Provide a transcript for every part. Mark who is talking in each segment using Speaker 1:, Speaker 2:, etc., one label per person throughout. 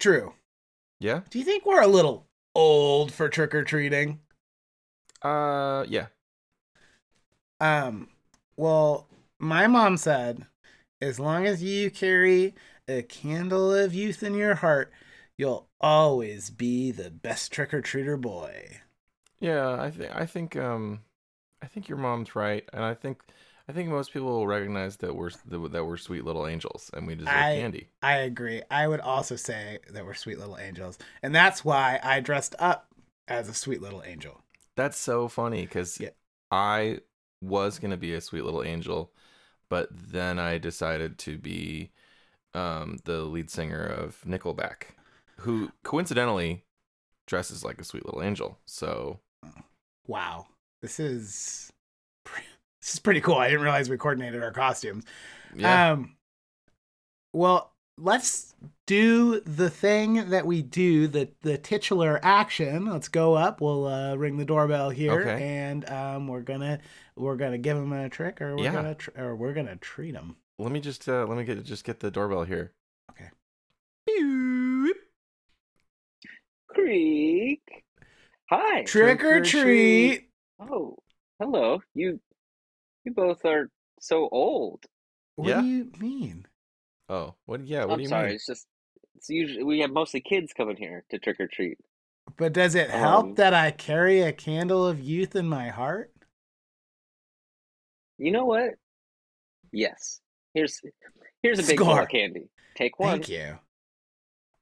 Speaker 1: True.
Speaker 2: Yeah.
Speaker 1: Do you think we're a little old for trick or treating?
Speaker 2: Uh. Yeah.
Speaker 1: Um, well, my mom said, as long as you carry a candle of youth in your heart, you'll always be the best trick or treater boy.
Speaker 2: Yeah. I think. I think. Um. I think your mom's right, and I think. I think most people will recognize that we're that we're sweet little angels, and we deserve
Speaker 1: I-
Speaker 2: candy.
Speaker 1: I agree. I would also say that we're sweet little angels, and that's why I dressed up as a sweet little angel.
Speaker 2: That's so funny because
Speaker 1: Yeah.
Speaker 2: I was gonna be a sweet little angel, but then I decided to be um, the lead singer of Nickelback, who coincidentally dresses like a sweet little angel. So
Speaker 1: Wow, this is pre- this is pretty cool. I didn't realize we coordinated our costumes.
Speaker 2: yeah,
Speaker 1: Um, well, let's do the thing that we do, the the titular action. Let's go up. We'll uh, ring the doorbell here,
Speaker 2: Okay.
Speaker 1: and um, we're gonna we're gonna give him a trick, or we're
Speaker 2: Yeah.
Speaker 1: gonna tr- or we're gonna treat him.
Speaker 2: let me just uh, let me get just get the doorbell here.
Speaker 1: Okay.
Speaker 2: Beep.
Speaker 3: Creek. Hi.
Speaker 1: Trick, or treat.
Speaker 3: Oh, hello. You you both are so old.
Speaker 1: What
Speaker 2: Yeah.
Speaker 1: do you mean?
Speaker 2: Oh, what? Yeah, what
Speaker 3: I'm
Speaker 2: do you
Speaker 3: sorry.
Speaker 2: mean?
Speaker 3: It's just it's usually we have mostly kids coming here to trick or treat.
Speaker 1: But does it help
Speaker 3: Um,
Speaker 1: that I carry a candle of youth in my heart?
Speaker 3: You know what? Yes. Here's here's a big ball
Speaker 1: Score.
Speaker 3: of candy. Take one.
Speaker 1: Thank you.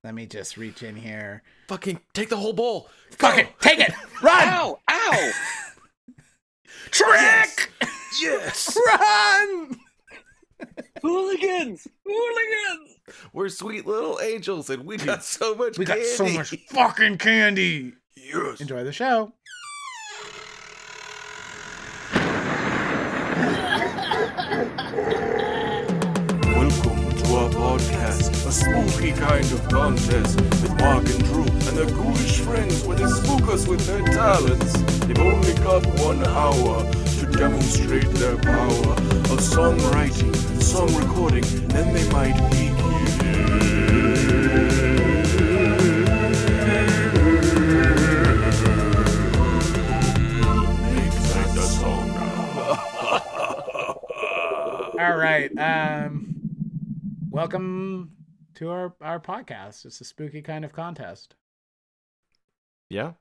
Speaker 1: Let me just reach in here.
Speaker 2: Fucking take the whole bowl.
Speaker 1: Fuck it, take it, run,
Speaker 3: Ow! Ow!
Speaker 1: trick,
Speaker 2: Yes,
Speaker 1: run.
Speaker 3: Hooligans! Hooligans!
Speaker 2: we're sweet little angels, and we got so much.
Speaker 1: We got so
Speaker 2: candy.
Speaker 1: much fucking candy.
Speaker 2: Yes.
Speaker 1: Enjoy the show.
Speaker 4: Welcome to our podcast, a spooky kind of contest with Mark and Drew and their ghoulish friends where they spook us with their talents. They've only got one hour to demonstrate their power of songwriting, song recording, and then they might be Make the song now.
Speaker 1: All right. Um, welcome to our our podcast. It's a spooky kind of contest.
Speaker 2: Yeah.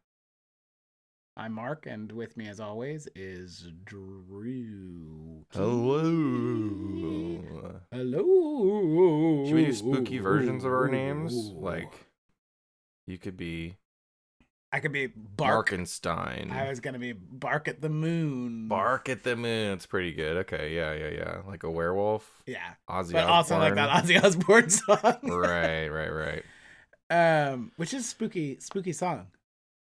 Speaker 1: I'm Mark, and with me, as always, is Drew.
Speaker 2: Hello.
Speaker 1: Hello.
Speaker 2: Should we do spooky versions of our names? Like, you could be
Speaker 1: I could be bark.
Speaker 2: Barkenstein.
Speaker 1: I was gonna be bark at the moon.
Speaker 2: Bark at the moon. It's pretty good. Okay. Yeah. Yeah. Yeah. Like a werewolf.
Speaker 1: Yeah,
Speaker 2: Ozzy
Speaker 1: but also like that
Speaker 2: Osbourne.
Speaker 1: Ozzy Osbourne song,
Speaker 2: right. Right. Right.
Speaker 1: um, which is spooky, spooky song.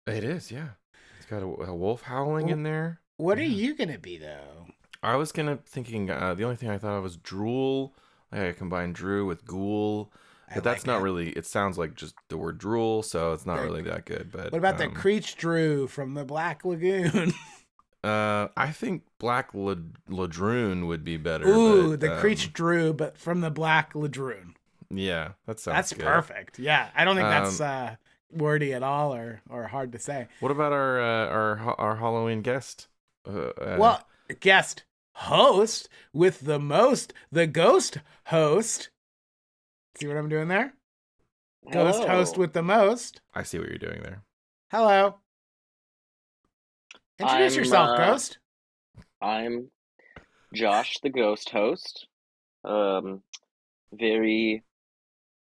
Speaker 2: It is. Yeah. It's got a, a wolf howling in there.
Speaker 1: What are
Speaker 2: Yeah.
Speaker 1: you gonna be though?
Speaker 2: I was gonna thinking. Uh, the only thing I thought of was drool. Like I combined Drew with ghoul,
Speaker 1: I
Speaker 2: but that's
Speaker 1: like
Speaker 2: not
Speaker 1: it.
Speaker 2: really. It sounds like just the word drool, so it's not
Speaker 1: Right.
Speaker 2: really that good. But
Speaker 1: What about
Speaker 2: um,
Speaker 1: the Creech Drew from the Black Lagoon?
Speaker 2: Uh, I think Black Lad- Ladroon would be better.
Speaker 1: Ooh,
Speaker 2: but,
Speaker 1: the
Speaker 2: um,
Speaker 1: Creech Drew, but from the Black Ladroon.
Speaker 2: Yeah, that sounds.
Speaker 1: That's
Speaker 2: good.
Speaker 1: perfect. Yeah, I don't think that's
Speaker 2: Um,
Speaker 1: uh, wordy at all or or hard to say.
Speaker 2: What about our uh, our ha- our Halloween guest? Uh, uh,
Speaker 1: well, guest host with the most, the ghost host. See what I'm doing there? Ghost
Speaker 3: Hello.
Speaker 1: host with the most.
Speaker 2: I see what you're doing there.
Speaker 1: Hello. Introduce
Speaker 3: I'm,
Speaker 1: yourself,
Speaker 3: uh,
Speaker 1: ghost.
Speaker 3: I'm Josh, the ghost host. Um, very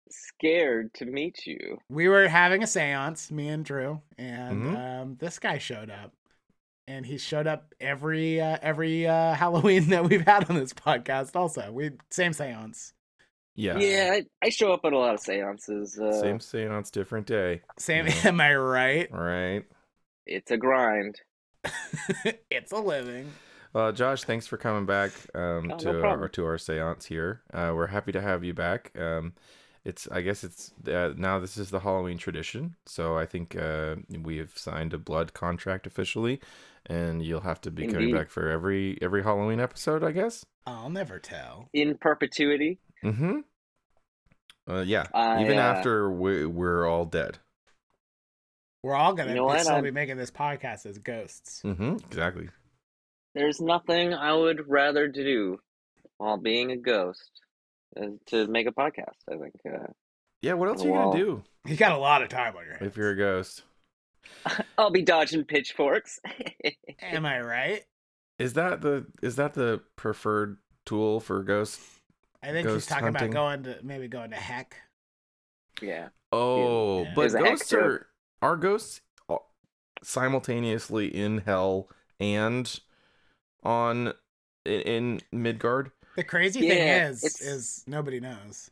Speaker 3: scared to meet you.
Speaker 1: we were having a seance, me and Drew, and
Speaker 2: Mhm.
Speaker 1: um, this guy showed up, and he showed up every uh, every uh, Halloween that we've had on this podcast. Also, we same seance,
Speaker 2: Yeah.
Speaker 3: Yeah, I, I show up at a lot of seances. Uh,
Speaker 2: Same seance, different day.
Speaker 1: same.
Speaker 2: Yeah.
Speaker 1: Am I right?
Speaker 2: All right.
Speaker 3: It's a grind.
Speaker 1: it's a living.
Speaker 2: Well, Josh, thanks for coming back um,
Speaker 3: Oh, no
Speaker 2: to our
Speaker 3: problem.
Speaker 2: to our seance here. Uh, we're happy to have you back. Um, it's I guess it's uh, now this is the Halloween tradition, so I think uh, we have signed a blood contract officially, and you'll have to be coming
Speaker 3: Indeed.
Speaker 2: back for every every Halloween episode, I guess.
Speaker 1: I'll never tell.
Speaker 3: In perpetuity.
Speaker 2: Mm-hmm. Uh, yeah.
Speaker 3: I,
Speaker 2: Even
Speaker 3: uh,
Speaker 2: after we, we're all dead.
Speaker 1: We're all gonna
Speaker 3: You know what?
Speaker 1: still
Speaker 3: I'm-
Speaker 1: be making this podcast as ghosts.
Speaker 2: Mm-hmm. Exactly.
Speaker 3: There's nothing I would rather do while being a ghost than to make a podcast. I think. Uh,
Speaker 2: Yeah. What else are you
Speaker 3: Well-
Speaker 2: gonna do
Speaker 1: You got a lot of time on your hands.
Speaker 2: if you're a ghost?
Speaker 3: I'll be dodging pitchforks.
Speaker 1: Am I right?
Speaker 2: Is that the is that the preferred tool for ghosts?
Speaker 1: I think he's
Speaker 2: Ghost
Speaker 1: talking
Speaker 2: hunting.
Speaker 1: about going to maybe going to heck.
Speaker 3: yeah.
Speaker 2: Oh,
Speaker 1: Yeah.
Speaker 2: but
Speaker 3: There's a heck
Speaker 2: ghosts
Speaker 3: to it.
Speaker 2: are are ghosts uh, simultaneously in hell and on in, in Midgard?
Speaker 1: The crazy
Speaker 3: Yeah,
Speaker 1: thing is,
Speaker 3: it's-
Speaker 1: is nobody knows.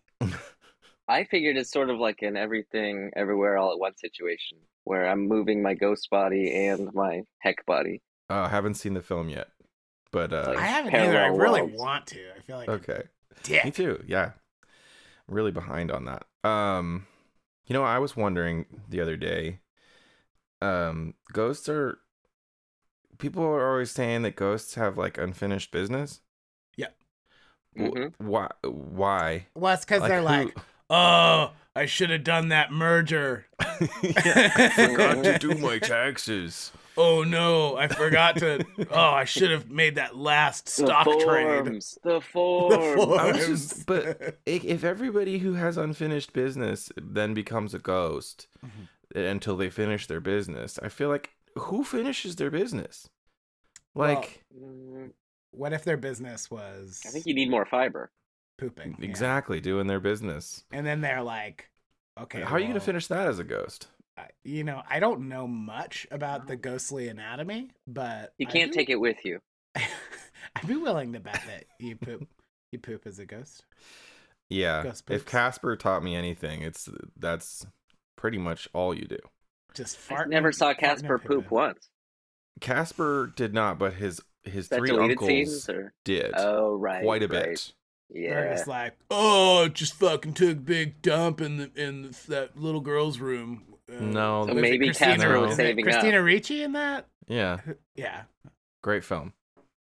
Speaker 3: I figured it's sort of like an everything, everywhere, all at once situation where I'm moving my ghost body and my heck body.
Speaker 2: Uh, haven't seen the film yet, but uh,
Speaker 1: I
Speaker 3: Like,
Speaker 1: haven't either. I
Speaker 3: parallel
Speaker 1: really
Speaker 3: worlds.
Speaker 1: want to. I feel like a
Speaker 2: okay. Me
Speaker 1: dick.
Speaker 2: too. Yeah. Really behind on that. Um you know, I was wondering the other day um ghosts are people are always saying that ghosts have like unfinished business.
Speaker 1: Yep.
Speaker 2: Wh-
Speaker 3: Mhm.
Speaker 2: Why why?
Speaker 1: Well, it's because they're like, oh, I should have done that merger.
Speaker 2: who- Yeah, I forgot to do my taxes.
Speaker 1: Oh no, I forgot to. oh, I should have made that last stock
Speaker 3: the
Speaker 1: trade.
Speaker 3: forms, The
Speaker 1: The
Speaker 3: forms.
Speaker 2: I was
Speaker 1: forms.
Speaker 2: just- but- If if everybody who has unfinished business then becomes a ghost
Speaker 1: Mhm.
Speaker 2: until they finish their business, I feel like who finishes their business?
Speaker 1: Well,
Speaker 2: Like
Speaker 3: Mm,
Speaker 1: what if their business was
Speaker 3: I think you need more fiber.
Speaker 1: pooping? Yeah.
Speaker 2: Exactly, doing their business.
Speaker 1: And then they're like, okay,
Speaker 2: How are you going to
Speaker 1: well,
Speaker 2: finish that as a ghost?
Speaker 1: I- You know, I don't know much about the ghostly anatomy, but
Speaker 3: You can't take it with you.
Speaker 1: I'd be willing to bet that you poop. You poop as a ghost.
Speaker 2: Yeah.
Speaker 1: Ghost
Speaker 2: If
Speaker 1: poops.
Speaker 2: Casper taught me anything, it's that's pretty much all you do.
Speaker 1: Just fart.
Speaker 3: I never
Speaker 1: and-
Speaker 3: saw
Speaker 1: fart and
Speaker 3: Casper
Speaker 1: poo-poo.
Speaker 3: poop once.
Speaker 2: Casper did not, but his his
Speaker 3: Is that
Speaker 2: three
Speaker 3: deleted
Speaker 2: uncles
Speaker 3: scenes or?
Speaker 2: did
Speaker 3: Oh right,
Speaker 2: quite a
Speaker 3: right.
Speaker 2: bit.
Speaker 1: They're
Speaker 3: Yeah.
Speaker 1: just like, oh, just fucking took a big dump in the in the, that little girl's room. Uh,
Speaker 2: No,
Speaker 1: was
Speaker 2: So
Speaker 1: it
Speaker 3: maybe
Speaker 1: Christina,
Speaker 2: Casper was
Speaker 1: is it
Speaker 3: saving up.
Speaker 1: Christina Ricci in that?
Speaker 2: Yeah,
Speaker 1: Yeah.
Speaker 2: great film.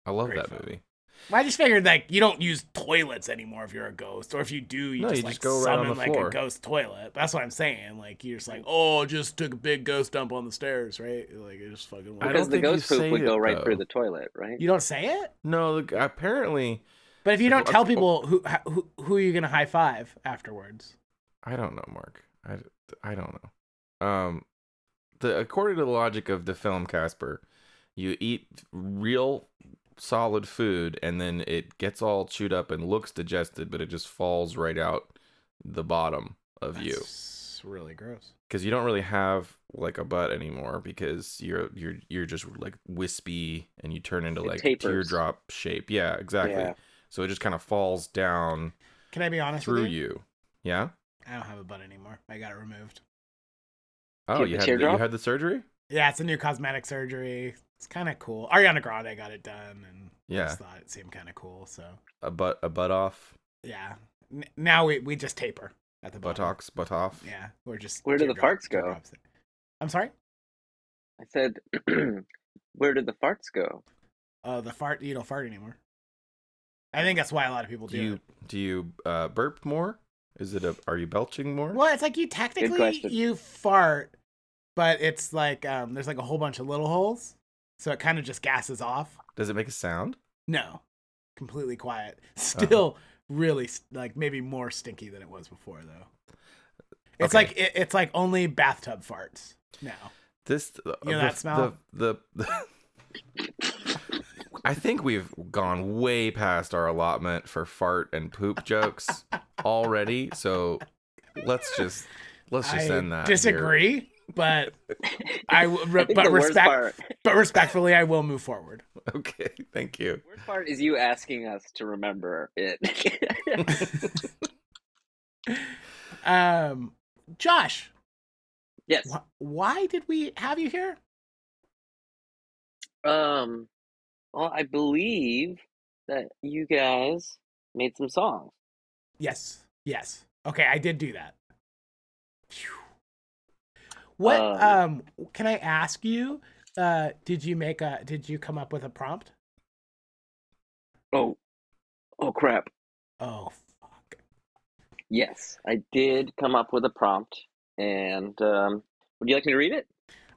Speaker 2: I love
Speaker 1: Great
Speaker 2: that
Speaker 1: film.
Speaker 2: movie.
Speaker 1: Well, I just figured like you don't use toilets anymore if you're a ghost, or if you do, you
Speaker 2: No,
Speaker 1: just
Speaker 2: you
Speaker 1: like
Speaker 2: just go right on
Speaker 1: summon
Speaker 2: the
Speaker 1: like
Speaker 2: floor.
Speaker 1: a ghost toilet. That's what I'm saying. Like you're just like, oh, just took a big ghost dump on the stairs, right? Like it just fucking.
Speaker 2: I
Speaker 3: Because
Speaker 2: don't
Speaker 3: the
Speaker 2: think you
Speaker 3: ghost poop
Speaker 2: say
Speaker 3: would
Speaker 2: it,
Speaker 3: go right through
Speaker 2: though.
Speaker 3: the toilet, right?
Speaker 1: You don't say it,
Speaker 2: No, look, apparently,
Speaker 1: but if you don't
Speaker 2: Well,
Speaker 1: tell
Speaker 2: okay.
Speaker 1: people who who who are you gonna high five afterwards?
Speaker 2: I don't know, Mark. I, I don't know. Um, the according to the logic of the film Casper, you eat real solid food and then it gets all chewed up and looks digested, but it just falls right out the bottom of you
Speaker 1: That's really gross.
Speaker 2: because you don't really have like a butt anymore because you're you're you're just like wispy and you turn into
Speaker 3: It
Speaker 2: like
Speaker 3: tapers.
Speaker 2: teardrop shape. Yeah, exactly.
Speaker 3: Yeah.
Speaker 2: So it just kind of falls down
Speaker 1: Can I be honest
Speaker 2: through
Speaker 1: with you?
Speaker 2: you. Yeah.
Speaker 1: I don't have a butt anymore. I got it removed.
Speaker 2: Oh,
Speaker 3: Get
Speaker 2: you
Speaker 3: the
Speaker 2: had the, you
Speaker 3: teardrop?
Speaker 2: had the surgery.
Speaker 1: Yeah, it's a new cosmetic surgery. It's kind of cool. Ariana Grande got it done, and I
Speaker 2: Yeah.
Speaker 1: just thought it seemed kind of cool. So
Speaker 2: a butt a butt off
Speaker 1: yeah, N- now we we just taper at the bottom.
Speaker 2: buttocks butt off
Speaker 1: Yeah, we're just.
Speaker 3: Where do the
Speaker 1: teardrop-
Speaker 3: parts go?
Speaker 1: teardrops. I'm sorry.
Speaker 3: I said, where did the farts go?
Speaker 1: Uh, the fart. You don't fart anymore. I think that's why a lot of people
Speaker 2: do
Speaker 1: do.
Speaker 2: you
Speaker 1: it.
Speaker 2: do you uh burp more is it a are you belching more
Speaker 1: Well, it's like you technically
Speaker 3: question.
Speaker 1: you fart, but it's like um, there's like a whole bunch of little holes, so it kind of just gasses off.
Speaker 2: does it make a sound
Speaker 1: No, completely quiet. Still really s- like maybe more stinky than it was before though. It's
Speaker 2: Okay.
Speaker 1: like it, it's like only bathtub farts now.
Speaker 2: this you
Speaker 1: know that smell?
Speaker 2: the, the, i think we've gone way past our allotment for fart and poop jokes already so let's just let's just
Speaker 1: I
Speaker 2: end that here.
Speaker 1: disagree, but I w-
Speaker 3: I
Speaker 1: re-
Speaker 3: think
Speaker 1: but
Speaker 3: the
Speaker 1: respect
Speaker 3: worst part.
Speaker 1: but respectfully I will move forward.
Speaker 2: okay thank you
Speaker 3: Worst part is you asking us to remember it.
Speaker 1: Um Josh,
Speaker 3: yes.
Speaker 1: wh- why did we have you here?
Speaker 3: Um. Well, I believe that you guys made some songs.
Speaker 1: Yes. Yes. Okay, I did do that. Phew. What um,
Speaker 3: Um,
Speaker 1: can I ask you? Uh did you make a did you come up with a prompt?
Speaker 3: Oh. Oh crap.
Speaker 1: Oh fuck.
Speaker 3: Yes, I did come up with a prompt, and um, would you like me to read it?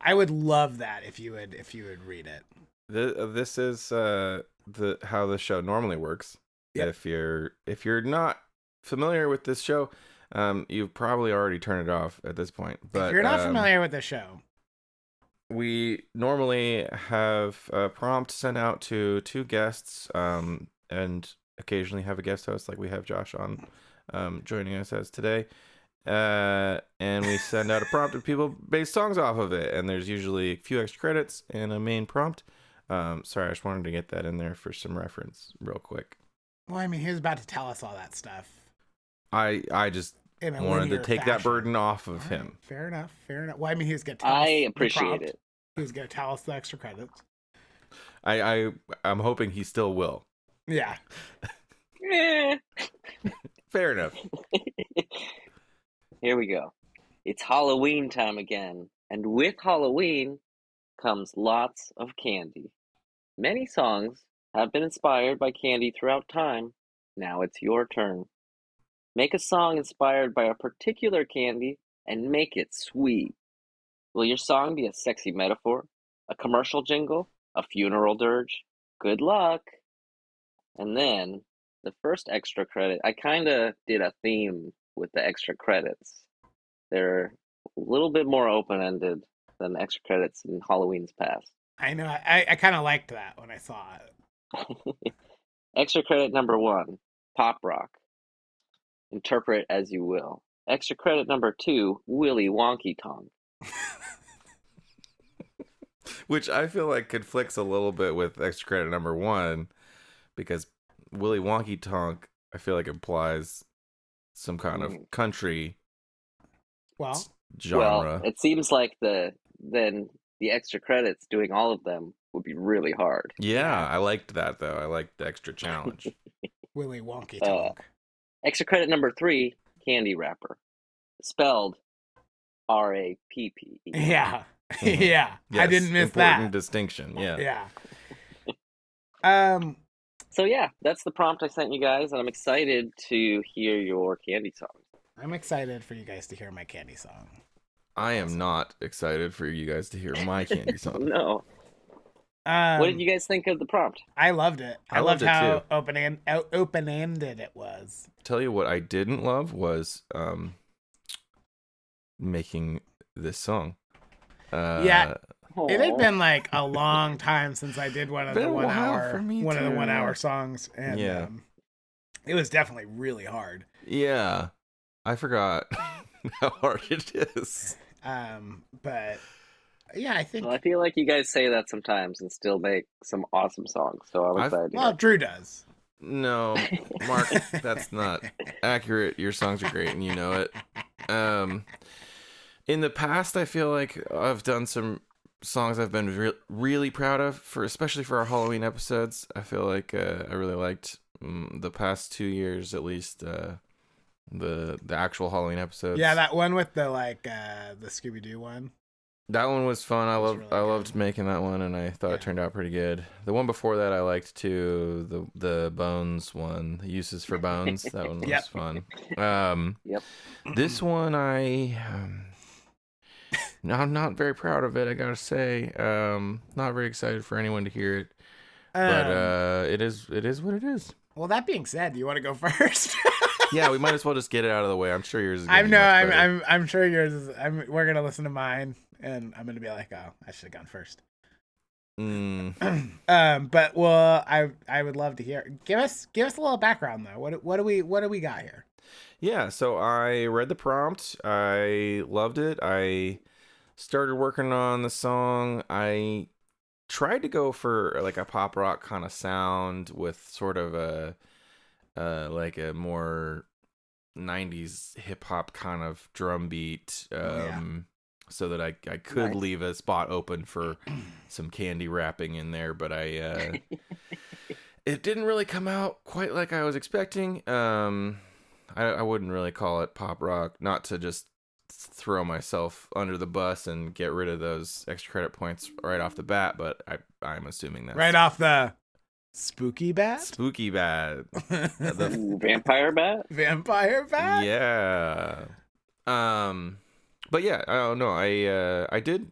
Speaker 1: I would love that if you would if you would read it.
Speaker 2: Th- uh, this is uh, the how the show normally works.
Speaker 1: Yep.
Speaker 2: If you're if you're not familiar with this show, um, you've probably already turned it off at this point. But
Speaker 1: if you're not
Speaker 2: um,
Speaker 1: familiar with the show,
Speaker 2: we normally have a prompt sent out to two guests, um, and occasionally have a guest host like we have Josh on, um, joining us as today. Uh, and we send out a prompt and people base songs off of it. And there's usually a few extra credits and a main prompt. Um, sorry, I just wanted to get that in there for some reference, real quick.
Speaker 1: well, I mean, he was about to tell us all that stuff.
Speaker 2: I I just
Speaker 1: In a
Speaker 2: wanted to
Speaker 1: linear
Speaker 2: take that
Speaker 1: fashion.
Speaker 2: burden off
Speaker 1: All
Speaker 2: of
Speaker 1: right,
Speaker 2: him.
Speaker 1: Fair enough. Fair enough. Well, I mean, he was gonna. Tell us
Speaker 3: I
Speaker 1: the
Speaker 3: appreciate
Speaker 1: prompt.
Speaker 3: it.
Speaker 1: He was gonna tell us the extra credits.
Speaker 2: I I I'm hoping he still will.
Speaker 1: Yeah.
Speaker 3: Eh.
Speaker 2: Fair enough.
Speaker 3: Here we go. It's Halloween time again, and with Halloween comes lots of candy. Many songs have been inspired by candy throughout time. Now it's your turn. Make a song inspired by a particular candy and make it sweet. Will your song be a sexy metaphor, a commercial jingle, a funeral dirge? Good luck. And then the first extra credit, I kind of did a theme with the extra credits. They're a little bit more open ended than the extra credits in Halloween's past.
Speaker 1: I know. I, I kind of liked that when I saw it.
Speaker 3: Extra credit number one pop rock. Interpret as you will. Extra credit number two Willy Wonky Tonk.
Speaker 2: which I feel like conflicts a little bit with extra credit number one, because Willy Wonky Tonk I feel like implies some kind of
Speaker 3: Mm.
Speaker 2: country
Speaker 1: Well,
Speaker 2: genre.
Speaker 3: Well, it seems like the then the extra credits doing all of them would be really hard.
Speaker 2: yeah, I liked that though. I liked the extra challenge.
Speaker 1: Willy Wonky
Speaker 3: Uh,
Speaker 1: talk.
Speaker 3: Extra credit number three Candy Wrapper. Spelled R A P P E.
Speaker 1: yeah.
Speaker 2: Mhm.
Speaker 1: yeah. I
Speaker 2: Yes,
Speaker 1: didn't miss that.
Speaker 2: important distinction. Yeah.
Speaker 1: yeah. Um.
Speaker 3: So yeah, that's the prompt I sent you guys, and I'm excited to hear your candy song.
Speaker 1: I'm excited for you guys to hear my candy song.
Speaker 2: I am not excited for you guys to hear my candy song.
Speaker 3: Oh, No,
Speaker 1: Um,
Speaker 3: what did you guys think of the prompt?
Speaker 1: I loved it. I,
Speaker 2: I
Speaker 1: loved,
Speaker 2: loved it
Speaker 1: how
Speaker 2: too.
Speaker 1: open and open ended it was.
Speaker 2: Tell you what I didn't love was um making this song. Uh,
Speaker 1: Yeah, It
Speaker 3: Aw.
Speaker 1: had been like a long time since I did one of
Speaker 2: Been
Speaker 1: the
Speaker 2: a
Speaker 1: one
Speaker 2: while
Speaker 1: hour
Speaker 2: for me
Speaker 1: one of the
Speaker 2: too,
Speaker 1: one
Speaker 2: yeah.
Speaker 1: hour songs, and
Speaker 2: Yeah.
Speaker 1: um, it was definitely really hard.
Speaker 2: Yeah. I forgot how hard it is.
Speaker 1: Um, but yeah, I think
Speaker 3: Well, I feel like you guys say that sometimes and still make some awesome songs. So I'm
Speaker 2: I've-
Speaker 3: excited.
Speaker 1: well, Drew does.
Speaker 2: No, Mark, that's not accurate. Your songs are great and you know it. Um in the past I feel like I've done some songs I've been re- really proud of for especially for our Halloween episodes. I feel like uh, I really liked mm, the past 2 years at least uh the the actual Halloween episodes.
Speaker 1: Yeah, that one with the like uh the Scooby Doo one.
Speaker 2: That one was fun. I
Speaker 1: It was
Speaker 2: loved
Speaker 1: really
Speaker 2: I
Speaker 1: good.
Speaker 2: loved making that one, and I thought
Speaker 1: Yeah.
Speaker 2: it turned out pretty good. The one before that, I liked too. The the bones one, the uses for bones. That one was
Speaker 1: Yep.
Speaker 2: fun. Um,
Speaker 3: Yep.
Speaker 2: This one, I um, no, I'm not very proud of it. I gotta say, um, not very excited for anyone to hear it. But
Speaker 1: Um,
Speaker 2: uh, it is it is what it is.
Speaker 1: well, that being said, do you want to go first?
Speaker 2: Yeah, we might as well just get it out of the way. I'm sure yours. Is gonna
Speaker 1: I'm
Speaker 2: be
Speaker 1: no,
Speaker 2: much
Speaker 1: I'm,
Speaker 2: better.
Speaker 1: I'm I'm sure yours is. I'm we're gonna listen to mine, and I'm gonna be like, oh, I should have gone first.
Speaker 2: Mm.
Speaker 1: um, but well, I I would love to hear. Give us give us a little background though. What what do we what do we got here?
Speaker 2: Yeah, so I read the prompt. I loved it. I started working on the song. I tried to go for uh, like a pop rock kind of sound with sort of a uh like a more 90s hip hop kind of drum beat
Speaker 1: Yeah.
Speaker 2: um so that I I could
Speaker 3: Nice.
Speaker 2: leave a spot open for some candy wrapping in there, but I uh it didn't really come out quite like I was expecting. Um, I, I wouldn't really call it pop rock. Not to just throw myself under the bus and get rid of those extra credit points right off the bat, but I I'm assuming that's
Speaker 1: Right off the Spooky Bat?
Speaker 2: Spooky bat. the-
Speaker 3: Ooh, vampire bat?
Speaker 1: Vampire Bat?
Speaker 2: yeah. Um, but yeah, I don't know. I uh, I did,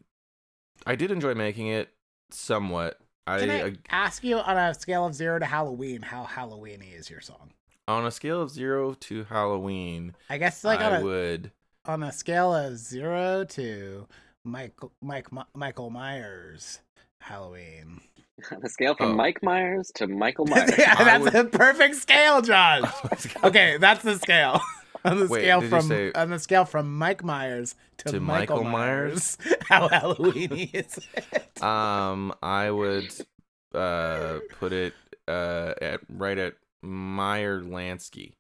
Speaker 2: I did enjoy making it somewhat. I, uh,
Speaker 1: Can I
Speaker 2: I
Speaker 1: ask you on a scale of zero to Halloween how Halloweeny is your song?
Speaker 2: on a scale of zero to Halloween,
Speaker 1: I guess like on
Speaker 2: I
Speaker 1: a
Speaker 2: would.
Speaker 1: on a scale of zero to Michael Mike Mi- Michael Myers Halloween.
Speaker 3: On a scale from
Speaker 2: Oh.
Speaker 3: Mike Myers to Michael Myers.
Speaker 1: yeah,
Speaker 2: I
Speaker 1: that's
Speaker 2: would-
Speaker 1: the perfect scale, Josh. okay, that's the scale. On the
Speaker 2: Wait,
Speaker 1: scale
Speaker 2: did you
Speaker 1: from
Speaker 2: say-
Speaker 1: on the scale from Mike Myers to,
Speaker 2: To
Speaker 1: Michael,
Speaker 2: Michael
Speaker 1: Myers,
Speaker 2: Myers?
Speaker 1: how Halloweeny is it?
Speaker 2: um, I would uh put it uh at right at Meyer Lansky.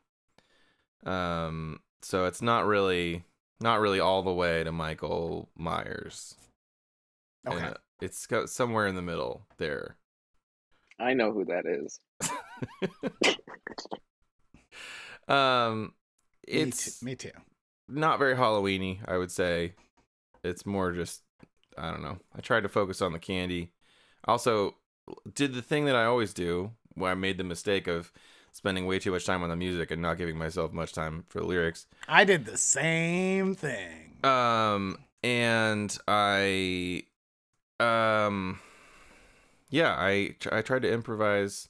Speaker 2: Um, so it's not really not really all the way to Michael Myers.
Speaker 1: Okay,
Speaker 2: Uh, it's got somewhere in the middle there.
Speaker 3: I know who that is.
Speaker 2: Um, it's
Speaker 1: me too. Me too.
Speaker 2: not very Halloweeny, I would say. It's more just I don't know. I tried to focus on the candy. Also, did the thing that I always do, where I made the mistake of spending way too much time on the music and not giving myself much time for the lyrics.
Speaker 1: I did the same thing.
Speaker 2: Um, and I, um, yeah, I tr- I tried to improvise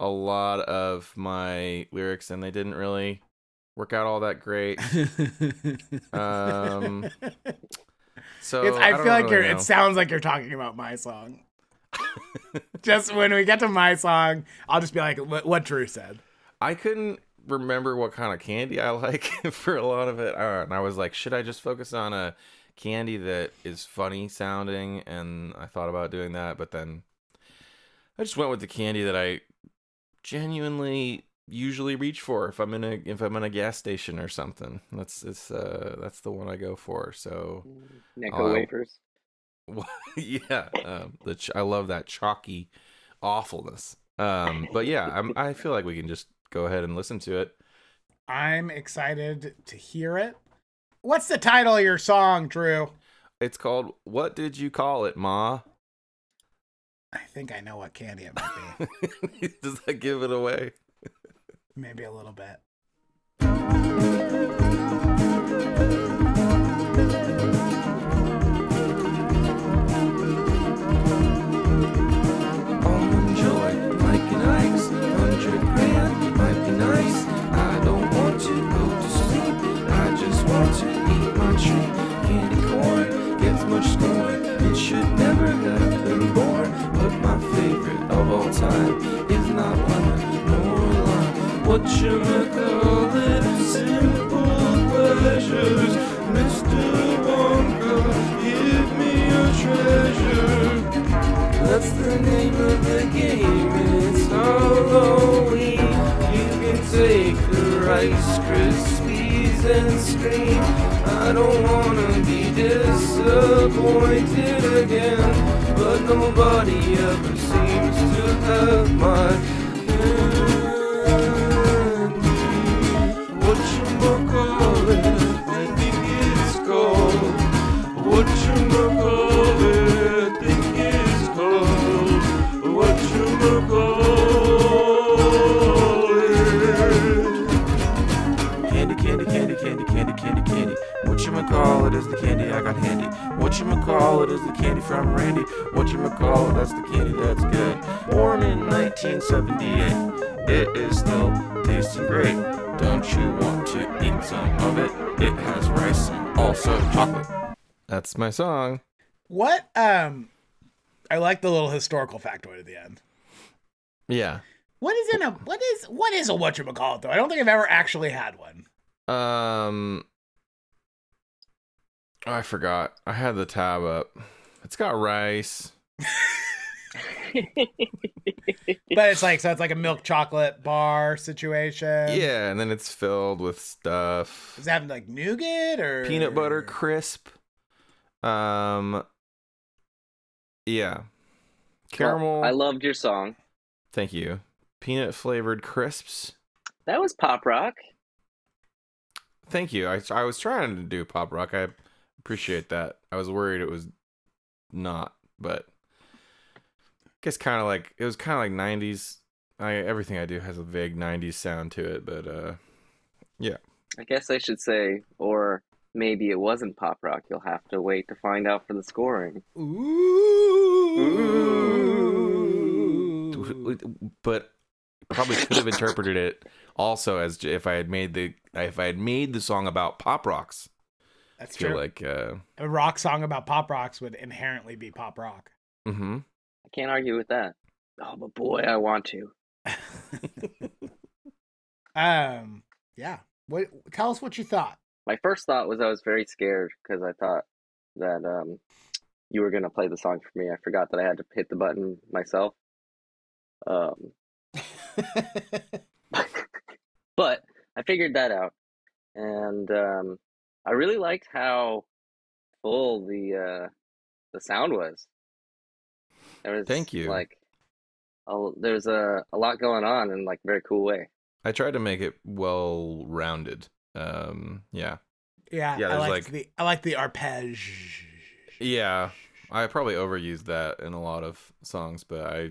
Speaker 2: a lot of my lyrics, and they didn't really work out all that great. um, So
Speaker 1: It's, I,
Speaker 2: Oh, don't
Speaker 1: feel like
Speaker 2: really
Speaker 1: you're.
Speaker 2: know.
Speaker 1: It sounds like you're talking about my song. just when we get to my song, I'll just be like, "What, what Drew said."
Speaker 2: I couldn't remember what kind of candy I like for a lot of it. Uh, and I was like, should I just focus on a candy that is funny sounding? And I thought about doing that, but then I just went with the candy that I genuinely usually reach for if I'm in a if I'm in a gas station or something. That's it's uh that's the one I go for. So
Speaker 3: Necco
Speaker 2: Oh, I-
Speaker 3: wafers.
Speaker 2: yeah, um, the ch- I love that chalky awfulness. Um, but yeah, I'm, I feel like we can just go ahead and listen to it.
Speaker 1: I'm excited to hear it. What's the title of your song, Drew?
Speaker 2: It's called What Did You Call It, Ma?
Speaker 1: I think I know what candy it might be.
Speaker 2: Does that give it away?
Speaker 1: Maybe a little bit.
Speaker 4: Almond Joy, Mike and Ike's, 100 grand might be nice. I don't want to go to sleep, I just want to eat my treat. Candy corn gets much scorn, it should never have been born. But my favorite of all time is not one nor line. What you call it? Simple pleasures, Mr. Wonka, give me a treasure. That's the name of the game. It's Halloween. You can take the Rice Krispies and scream. I don't wanna be disappointed again, but nobody ever seems to have my. What you call it? I think it's called. What you call it? I think it's called. What you call it? Candy, candy, candy, candy, candy, candy, candy. What you call it is the candy I got handy. What you call it is the candy from Randy. What you call it? That's the candy that's good. Born in 1978, it is still tasting great. Don't you want to eat some of it? It has rice and also chocolate.
Speaker 2: That's my song.
Speaker 1: What? Um, I like the little historical factoid at the end.
Speaker 2: Yeah.
Speaker 1: What is in a what is what is a whatchamacallit though? I don't think I've ever actually had one.
Speaker 2: Um oh, I forgot. I had the tab up. It's got rice.
Speaker 1: But it's like so it's like a milk chocolate bar situation.
Speaker 2: Yeah, and then it's filled with stuff.
Speaker 1: Is that like nougat or
Speaker 2: Peanut butter crisp. Um Yeah. Caramel.
Speaker 3: I loved your song.
Speaker 2: Thank you. Peanut flavored crisps.
Speaker 3: That was pop rock.
Speaker 2: Thank you. I I was trying to do pop rock. I appreciate that. I was worried it was not, but I guess kind of like it was kind of like '90s I everything I do has a vague '90s sound to it, but uh,
Speaker 3: I guess I should say, or maybe it wasn't pop rock. You'll have to wait to find out for the scoring.
Speaker 1: Ooh.
Speaker 2: but probably could have interpreted it also as j- if I had made the if I had made the song about pop rocks.
Speaker 1: That's
Speaker 2: I feel
Speaker 1: true.
Speaker 2: like uh,
Speaker 1: a rock song about pop rocks would inherently be pop rock.
Speaker 2: mm-hmm.
Speaker 3: I can't argue with that. Oh, but boy, I want to.
Speaker 1: um, yeah. What? Tell us what you thought.
Speaker 3: My first thought was I was very scared because I thought that um, you were going to play the song for me. I forgot that I had to hit the button myself. Um, but I figured that out, and um, I really liked how full the uh, the sound was. There was
Speaker 2: Thank you.
Speaker 3: Like, a, there was a a lot going on in like a very cool way.
Speaker 2: I tried to make it well rounded. Um, yeah,
Speaker 1: yeah,
Speaker 2: Yeah,
Speaker 1: I
Speaker 2: there's
Speaker 1: liked
Speaker 2: like-
Speaker 1: the I like the arpege.
Speaker 2: yeah. I probably overused that in a lot of songs, but I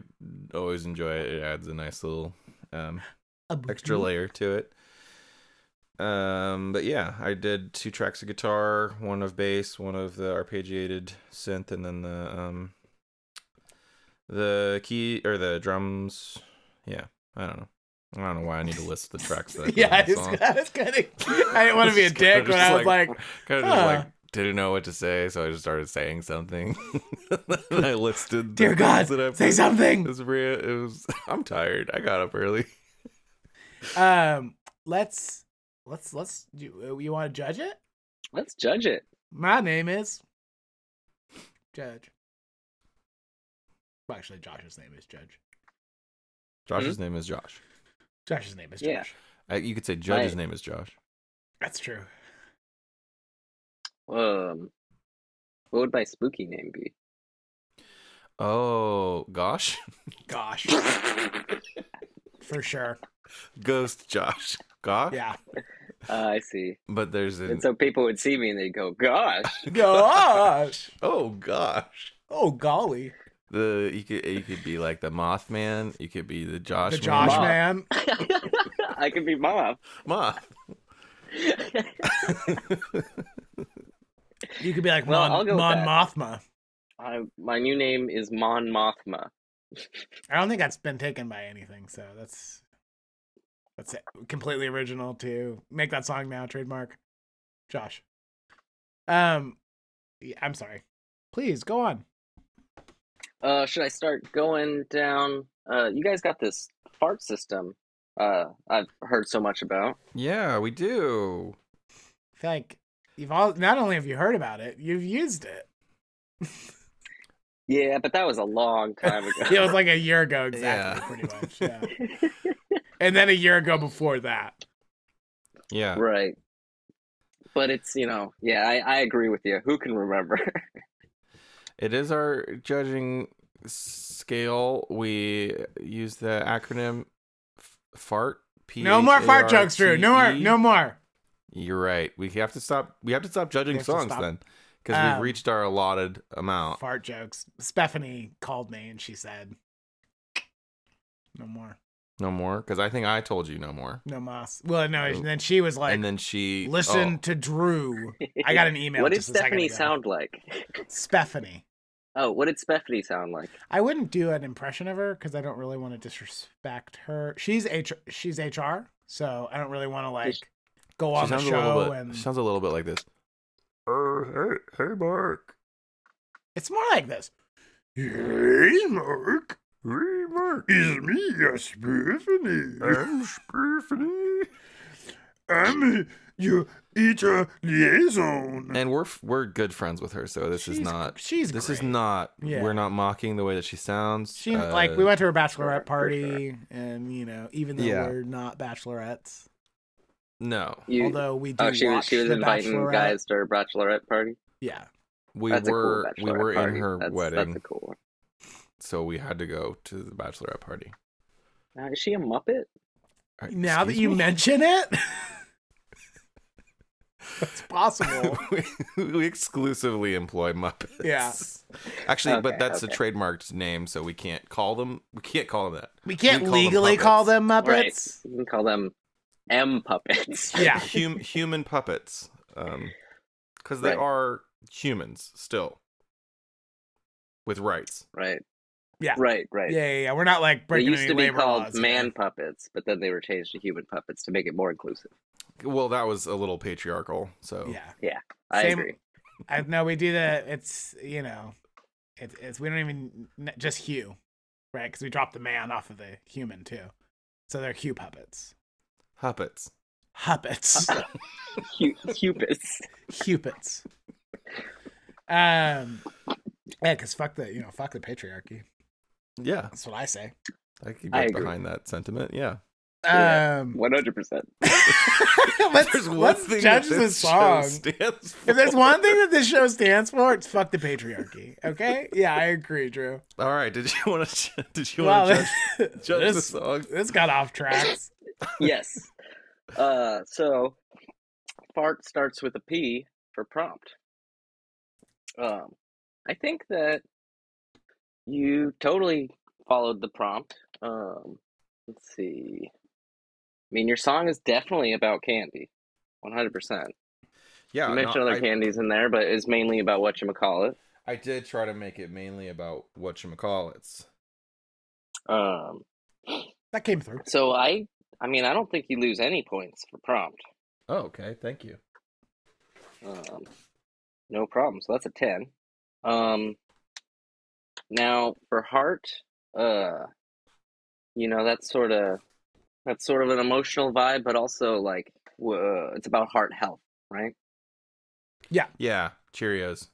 Speaker 2: always enjoy it. It adds a nice little um, extra
Speaker 1: Mm-hmm.
Speaker 2: layer to it. Um, but yeah, I did two tracks of guitar, one of bass, one of the arpeggiated synth, and then the um, the key or the drums. Yeah, I don't know. I don't know why I need to list the tracks. That I did
Speaker 1: yeah,
Speaker 2: in
Speaker 1: I
Speaker 2: the
Speaker 1: was,
Speaker 2: song.
Speaker 1: I was gonna. I didn't want to be a
Speaker 2: Just kinda
Speaker 1: dick when
Speaker 2: just
Speaker 1: I was like,
Speaker 2: like- kind of just
Speaker 1: Huh.
Speaker 2: like didn't know what to say, so I just started saying something. and I listed.
Speaker 1: "Dear
Speaker 2: the things that I
Speaker 1: God, say
Speaker 2: put- It
Speaker 1: something."
Speaker 2: was real. It was. I'm tired. I got up early.
Speaker 1: Um, let's let's let's. Do, you want to judge it?
Speaker 3: Let's judge it.
Speaker 1: My name is Judge. Well, actually, Josh's name is Judge.
Speaker 2: Josh's
Speaker 1: Hmm?
Speaker 2: name is Josh.
Speaker 1: Josh's name is Judge.
Speaker 3: Yeah.
Speaker 2: I, you could say Judge's
Speaker 3: Right.
Speaker 2: name is Josh.
Speaker 1: That's true.
Speaker 3: Um, what would my spooky name be?
Speaker 2: Oh gosh,
Speaker 1: Gosh, for sure.
Speaker 2: Ghost Josh. Gosh.
Speaker 1: Yeah.
Speaker 3: Uh, I see.
Speaker 2: But there's an
Speaker 3: And so people would see me and they'd go, "Gosh,
Speaker 1: Gosh.
Speaker 2: oh gosh.
Speaker 1: Oh golly.
Speaker 2: The you could you could be like the Mothman. You could be the Josh.
Speaker 1: the Josh
Speaker 3: Moth.
Speaker 1: man.
Speaker 3: I could be mom."
Speaker 2: Moth.
Speaker 1: You could be like
Speaker 3: Well,
Speaker 1: Mon,
Speaker 3: I'll go with
Speaker 1: Mon
Speaker 3: that.
Speaker 1: Mothma.
Speaker 3: I, my new name is Mon Mothma.
Speaker 1: I don't think that's been taken by anything, so that's that's it. completely original to make that song now trademark. Josh. Um yeah, I'm sorry. Please go on.
Speaker 3: Uh, should I start going down? Uh, you guys got this fart system. Uh, I've heard so much about.
Speaker 2: Yeah, we do.
Speaker 1: Thank you've all not only have you heard about it, you've used it.
Speaker 3: Yeah, but that was a long time ago.
Speaker 1: It was like a year ago exactly, pretty much.
Speaker 2: Yeah.
Speaker 1: Yeah. and then a year ago before that.
Speaker 2: Yeah.
Speaker 3: right. But it's you know, yeah, I, I agree with you. Who can remember?
Speaker 2: It is our judging scale. We use the acronym F- FART. P
Speaker 1: No more fart jokes, Drew. No more
Speaker 2: P-H-A-R-T-E.
Speaker 1: no more.
Speaker 2: E. You're right. We have to stop. We have to stop judging
Speaker 1: We have to
Speaker 2: songs
Speaker 1: stop.
Speaker 2: then, because
Speaker 1: Um,
Speaker 2: we've reached our allotted amount.
Speaker 1: fart jokes. Stephanie called me and she said, "No more,
Speaker 2: No more, because I think I told you no more.
Speaker 1: no mas." Well, no.
Speaker 2: Oh.
Speaker 1: And then she was like,
Speaker 2: and then she
Speaker 1: "Listen
Speaker 2: oh,
Speaker 1: to Drew." I got an email.
Speaker 3: what did
Speaker 1: just a second
Speaker 3: Stephanie
Speaker 1: ago.
Speaker 3: sound like?
Speaker 1: Stephanie.
Speaker 3: Oh, what did Stephanie sound like?
Speaker 1: I wouldn't do an impression of her because I don't really want to disrespect her. She's H. She's HR, so I don't really want to like go
Speaker 2: oh, she
Speaker 1: on the
Speaker 2: sounds a little
Speaker 1: show
Speaker 2: bit.
Speaker 1: and
Speaker 2: She sounds a little bit like this. Uh, hey, hey, Mark.
Speaker 1: it's more like this. Hey, Mark.
Speaker 2: Hey, Mark.
Speaker 1: Is me a Stephanie?
Speaker 2: I'm Stephanie.
Speaker 1: I'm your HR liaison.
Speaker 2: And we're f- we're good friends with her, so this is
Speaker 1: She's-
Speaker 2: not.
Speaker 1: She's
Speaker 2: This is
Speaker 1: great.
Speaker 2: not.
Speaker 1: Yeah.
Speaker 2: We're not mocking the way that she sounds.
Speaker 1: She
Speaker 2: Uh,
Speaker 1: like we went to her bachelorette
Speaker 3: for
Speaker 1: party, and you know, even though
Speaker 2: Yeah.
Speaker 1: we're not bachelorettes,
Speaker 2: No,
Speaker 3: You,
Speaker 1: although we do
Speaker 3: oh, she was
Speaker 1: watch
Speaker 3: she was
Speaker 1: the
Speaker 3: inviting
Speaker 1: bachelorette.
Speaker 3: guys to her bachelorette party.
Speaker 1: Yeah,
Speaker 2: we
Speaker 3: that's
Speaker 2: were
Speaker 3: a cool
Speaker 2: we
Speaker 3: bachelorette
Speaker 2: were in
Speaker 3: party.
Speaker 2: her
Speaker 3: that's,
Speaker 2: wedding,
Speaker 3: That's a cool one.
Speaker 2: so we had to go to the bachelorette party. Uh,
Speaker 3: Now, Uh, is she a Muppet?
Speaker 2: All right,
Speaker 1: now that
Speaker 2: excuse
Speaker 1: you
Speaker 2: me?
Speaker 1: mention it, That's possible.
Speaker 2: we, we exclusively employ Muppets.
Speaker 1: Yeah.
Speaker 2: Actually, but
Speaker 3: Okay,
Speaker 2: that's
Speaker 3: okay.
Speaker 2: a trademarked name, so we can't call them. We can't call them that.
Speaker 1: We can't
Speaker 2: We call them
Speaker 1: legally call them
Speaker 3: Right.
Speaker 1: Muppets.
Speaker 3: You can call them M puppets.
Speaker 1: Yeah.
Speaker 2: Hum, human puppets, because they
Speaker 3: Right.
Speaker 2: are humans still, with rights.
Speaker 3: Right.
Speaker 1: Yeah.
Speaker 3: Right, right.
Speaker 1: Yeah, yeah, yeah. We're not like
Speaker 3: They
Speaker 1: breaking
Speaker 3: used
Speaker 1: any
Speaker 3: to be
Speaker 1: labor
Speaker 3: called
Speaker 1: laws.
Speaker 3: man puppets, but then they were changed to human puppets to make it more inclusive.
Speaker 2: Well, that was a little patriarchal. So
Speaker 1: Yeah.
Speaker 3: I
Speaker 1: Same-
Speaker 3: agree.
Speaker 1: I no, we do the. It's you know, it, it's we don't even n- just Hugh, right? Because we dropped the man off of the human too, so they're Hugh puppets.
Speaker 2: puppets.
Speaker 1: Huppets.
Speaker 3: Cu- Cupid's.
Speaker 1: Cupits. Um, yeah, because fuck the you know fuck the patriarchy.
Speaker 2: Yeah,
Speaker 1: That's what I say.
Speaker 2: I could
Speaker 3: I
Speaker 2: get
Speaker 3: agree.
Speaker 2: behind that sentiment. Yeah.
Speaker 3: Yeah.
Speaker 1: Um,
Speaker 3: One hundred percent.
Speaker 1: let's,
Speaker 2: There's one
Speaker 1: let's
Speaker 2: thing
Speaker 1: judge
Speaker 2: that
Speaker 1: this
Speaker 2: show
Speaker 1: song.
Speaker 2: stands
Speaker 1: If there's
Speaker 2: for.
Speaker 1: one thing that this show stands for, it's fuck the patriarchy. Okay? Yeah, I agree, Drew.
Speaker 2: All right. Did you want to? Did you
Speaker 1: Wow,
Speaker 2: want to judge, judge the
Speaker 1: this,
Speaker 2: song?
Speaker 1: this got off tracks.
Speaker 3: Yes. Uh, so fart starts with a P for prompt. Um, I think that you totally followed the prompt. Um, let's see. I mean, your song is definitely about candy, one hundred percent.
Speaker 2: Yeah.
Speaker 3: You
Speaker 2: no,
Speaker 3: mentioned other
Speaker 2: I-
Speaker 3: candies in there, but it's mainly about what you call it.
Speaker 2: I did try to make it mainly about whatchamacallits.
Speaker 3: Um,
Speaker 1: That came through.
Speaker 3: so I, I mean, I don't think you lose any points for prompt.
Speaker 2: Oh, okay. Thank you.
Speaker 3: Um, no problem. So that's a 10. Um, now for heart, uh, you know, that's sort of that's sort of an emotional vibe, but also like w- uh, it's about heart health, right?
Speaker 2: Yeah. Cheerios.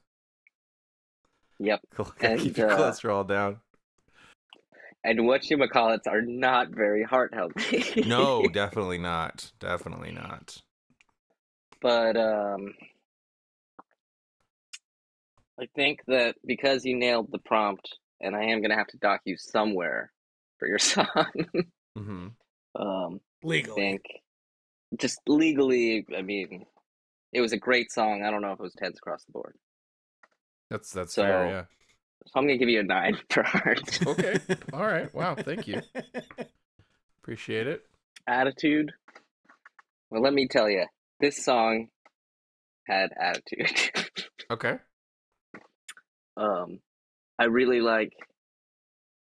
Speaker 3: Yep. And,
Speaker 2: Keep your
Speaker 3: uh,
Speaker 2: cholesterol down.
Speaker 3: And what you call it are not very heart healthy.
Speaker 2: No, definitely not. Definitely not.
Speaker 3: but um I think that because you nailed the prompt, and I am gonna have to dock you somewhere for your song.
Speaker 2: hmm
Speaker 3: um, I
Speaker 1: Legally.
Speaker 3: think just legally, I mean, it was a great song. I don't know if it was tens across the board,
Speaker 2: That's that's
Speaker 3: So-
Speaker 2: fair. Yeah.
Speaker 3: so I'm gonna give you a nine for art.
Speaker 2: Okay. All right. Wow. Thank you. Appreciate it.
Speaker 3: Attitude. Well, let me tell you, this song had attitude.
Speaker 2: Okay.
Speaker 3: um, I really like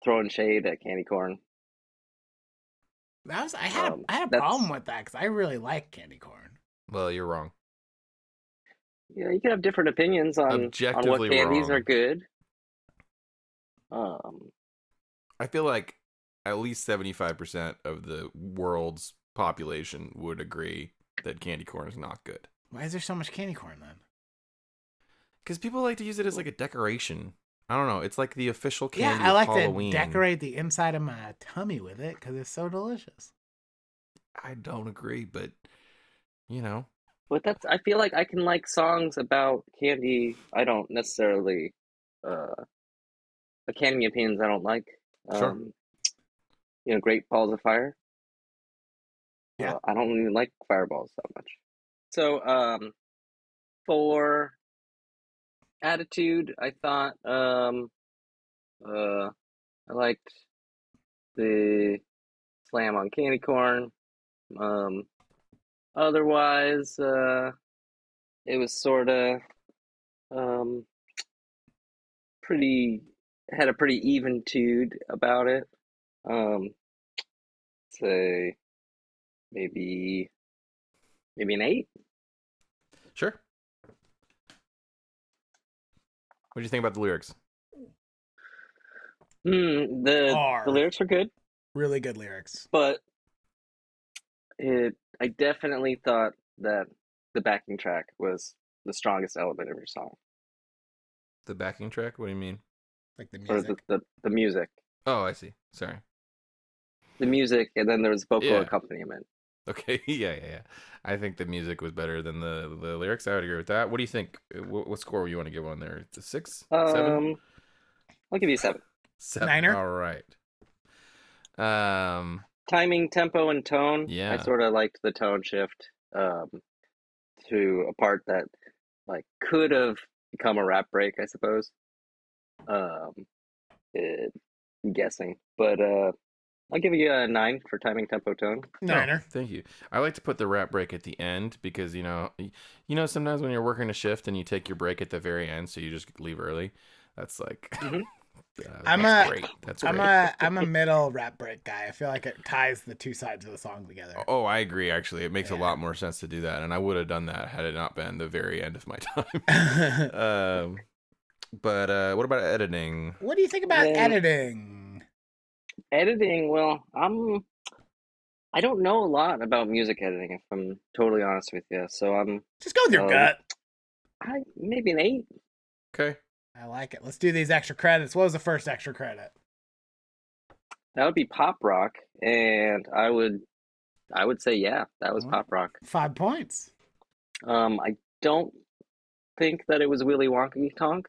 Speaker 3: throwing shade at candy corn.
Speaker 1: That was I had
Speaker 3: Um,
Speaker 1: a, I had a
Speaker 3: that's-
Speaker 1: problem with that because I really like candy corn.
Speaker 2: Well, you're wrong.
Speaker 3: you know, you can have different opinions on, on what
Speaker 2: Objectively
Speaker 3: candies
Speaker 2: wrong.
Speaker 3: are good. Um,
Speaker 2: I feel like at least 75% of the world's population would agree that candy corn is not good.
Speaker 1: Why is there so much candy corn then?
Speaker 2: Because people like to use it as like a decoration. I don't know. It's like the official candy
Speaker 1: yeah, I like
Speaker 2: of Halloween.
Speaker 1: to decorate the inside of my tummy with it because it's so delicious.
Speaker 2: I don't agree, but you know,
Speaker 3: but that's I feel like I can like songs about candy. I don't necessarily uh, the candy opinions I don't like.
Speaker 2: Sure.
Speaker 3: Um, you know, Great Balls of Fire.
Speaker 1: Yeah.
Speaker 3: Uh, I don't even like fireballs that much. So, um, for attitude, I thought, um, uh, I liked the slam on candy corn. Um, otherwise, uh, it was sort of, um, pretty, had a pretty even tude about it. Um, say maybe, maybe an eight.
Speaker 2: sure. What do you think about the lyrics?
Speaker 3: Hmm, the
Speaker 1: Are.
Speaker 3: the lyrics were good,
Speaker 1: Really good lyrics.
Speaker 3: but it I definitely thought that the backing track was the strongest element of your song,
Speaker 2: The backing track? What do you mean?
Speaker 1: Like the
Speaker 3: or
Speaker 1: music.
Speaker 3: the, the the music,
Speaker 2: Oh, I see. Sorry.
Speaker 3: the music, and then there was vocal
Speaker 2: Yeah.
Speaker 3: accompaniment.
Speaker 2: Okay. Yeah, yeah, yeah. I think the music was better than the, the lyrics. I would agree with that. What do you think? Uh, What, what score you want to give on there? The six? seven?
Speaker 3: Um, I'll give you a seven.
Speaker 2: Seven.
Speaker 1: Niner?
Speaker 2: All right. Um.
Speaker 3: Timing, tempo, and tone. I
Speaker 2: Yeah.
Speaker 3: sort of liked the tone shift. Um, to a part that like could have become a rap break, I suppose. Um, eh, I'm guessing, but uh, I'll give you a nine for timing, tempo, tone.
Speaker 1: Niner.
Speaker 2: Thank you. I like to put the rap break at the end because you know, y- you know, sometimes when you're working a shift and you take your break at the very end, so you just leave early. That's like,
Speaker 3: Mhm.
Speaker 2: uh,
Speaker 1: I'm
Speaker 2: that's
Speaker 1: a-
Speaker 2: great. That's
Speaker 1: I'm
Speaker 2: great.
Speaker 1: a I'm a middle rap break guy. I feel like it ties the two sides of the song together.
Speaker 2: Oh, I agree. Actually, it makes a
Speaker 1: Yeah.
Speaker 2: lot more sense to do that, and I would have done that had it not been the very end of my time. um, but uh, what about editing?
Speaker 1: what do you think about
Speaker 3: Yeah.
Speaker 1: editing?
Speaker 3: Editing, well, I'm I don't know a lot about music editing, if I'm totally honest with you. So I'm
Speaker 1: Just go with your
Speaker 3: Um,
Speaker 1: gut.
Speaker 3: I maybe an eight.
Speaker 2: Okay,
Speaker 1: I like it. Let's do these extra credits. What was the first extra credit?
Speaker 3: That would be pop rock, and I would I would say yeah, that was
Speaker 1: Alright.
Speaker 3: pop rock.
Speaker 1: Five points.
Speaker 3: Um, I don't think that it was Willy Wonky Tonk.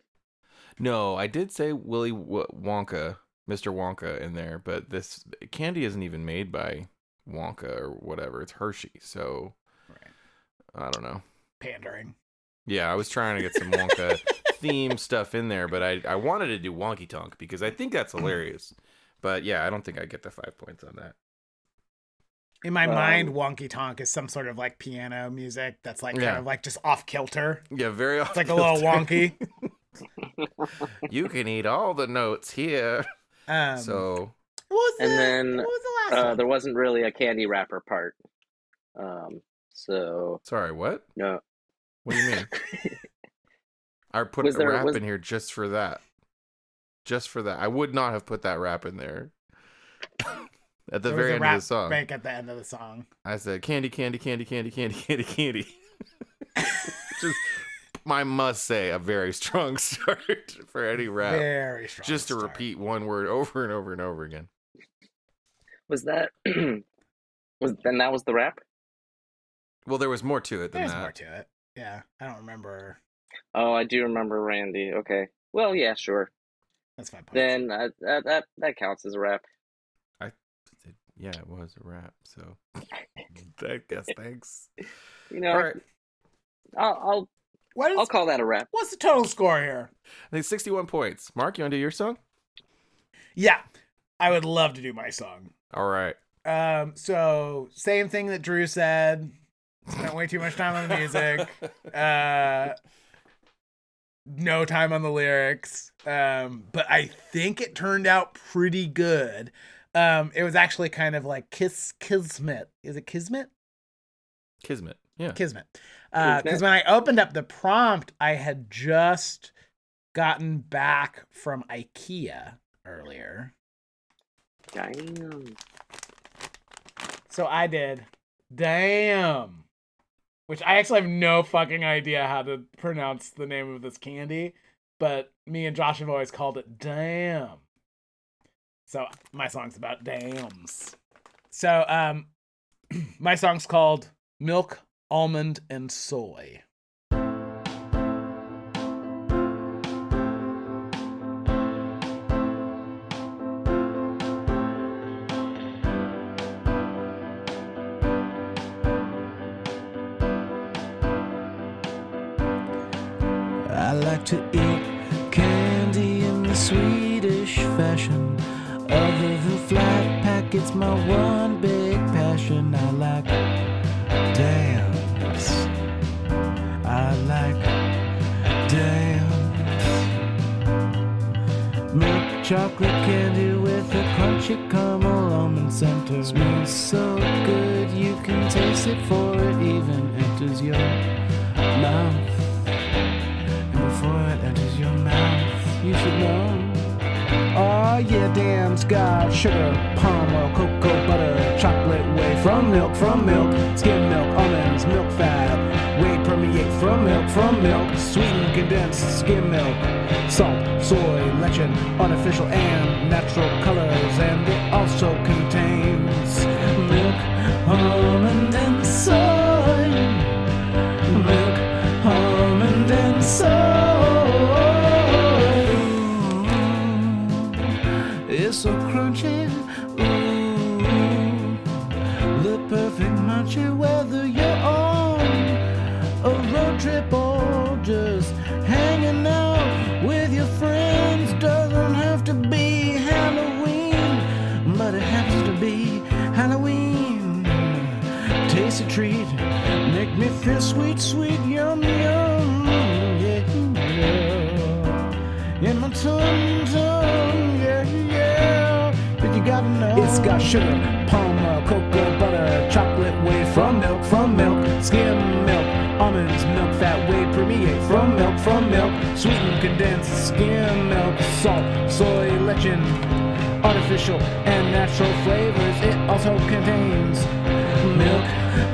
Speaker 2: no, I did say Willy w- Wonka, Mr. Wonka, in there, but this candy isn't even made by Wonka or whatever. It's Hershey, so
Speaker 1: Right.
Speaker 2: I don't know.
Speaker 1: Pandering.
Speaker 2: Yeah, I was trying to get some Wonka theme stuff in there, but I I wanted to do Wonky Tonk because I think that's hilarious. But yeah, I don't think I get the five points on that.
Speaker 1: In my
Speaker 3: Um,
Speaker 1: mind, wonky tonk is some sort of like piano music that's like kind
Speaker 2: Yeah.
Speaker 1: of like just off kilter.
Speaker 2: Yeah, very.
Speaker 1: It's like a little wonky.
Speaker 2: you can eat all the notes here.
Speaker 1: Um,
Speaker 2: so
Speaker 1: what was the,
Speaker 3: and then,
Speaker 1: what was the last
Speaker 3: Uh,
Speaker 1: one?
Speaker 3: there wasn't really a candy wrapper part. Um, so
Speaker 2: sorry, what?
Speaker 3: no,
Speaker 2: What do you mean? I put
Speaker 3: Was
Speaker 2: a
Speaker 3: there-
Speaker 2: rap
Speaker 3: was-
Speaker 2: in here just for that. Just for that. I would not have put that rap in there. At the
Speaker 1: There was
Speaker 2: very
Speaker 1: a
Speaker 2: end
Speaker 1: rap
Speaker 2: of the song,
Speaker 1: break at the end of the song.
Speaker 2: I said candy, candy, candy, candy, candy, candy, candy. just I must say a very strong start for any rap.
Speaker 1: Very strong.
Speaker 2: just to
Speaker 1: start.
Speaker 2: repeat one word over and over and over again.
Speaker 3: was that was then that was the wrap?
Speaker 2: Well, there was more to it than
Speaker 1: There's
Speaker 2: that.
Speaker 1: more to it. Yeah, I don't remember.
Speaker 3: Oh, I do remember Randy. Okay, well, yeah, sure.
Speaker 1: That's five points.
Speaker 3: Then uh, that that that counts as a wrap.
Speaker 2: It- yeah, it was a rap. So I guess thanks.
Speaker 3: You
Speaker 2: All
Speaker 3: know,
Speaker 2: right,
Speaker 3: I'll
Speaker 1: what
Speaker 3: I'll I'll
Speaker 1: is,
Speaker 3: call that a wrap.
Speaker 1: what's the total score here?
Speaker 2: I think sixty-one points. Mark, you want to do your song?
Speaker 1: Yeah, I would love to do my song.
Speaker 2: All right.
Speaker 1: Um, so same thing that Drew said. Spent way too much time on the music. Uh, no time on the lyrics. Um, but I think it turned out pretty good. Um, it was actually kind of like kiss kismet. Is it kismet?
Speaker 2: Kismet. Yeah.
Speaker 1: Kismet. Because
Speaker 3: Kismet.
Speaker 1: when I opened up the prompt, I had just gotten back from IKEA earlier.
Speaker 3: Damn.
Speaker 1: So I did. Damn. Which I actually have no fucking idea how to pronounce the name of this candy, but me and Josh have always called it damn. So my song's about dams. So um my song's called Milk, Almond, and Soy.
Speaker 5: I like to eat candy in the Swedish fashion. Other than flat pack, it's my one big passion. I like dams. I like dams. Milk chocolate candy with a crunchy caramel almond center. Smells so good you can taste it before it even enters your mouth. And before it enters your mouth, you should know. Oh yeah, damn's got sugar, palm oil, cocoa butter, chocolate whey from milk, from milk, skim milk, almonds, milk fat, whey permeate from milk, from milk, sweetened condensed skim milk, salt, soy, leche, artificial and natural colors, and it also contains milk, almond, and soy milk, almond, and soy. It's so crunchy, ooh, the perfect munchie, whether you're on or me feel sweet, sweet, yum, yum, yeah, yeah. In my tongue, tongue, yeah, yeah. But you gotta know it's got sugar, palm oil, cocoa butter, chocolate whey from milk, from milk, skim milk, almonds, milk, fat whey permeate from milk, from milk, sweetened condensed skim milk, salt, soy, lechen artificial and natural flavors. It also contains milk,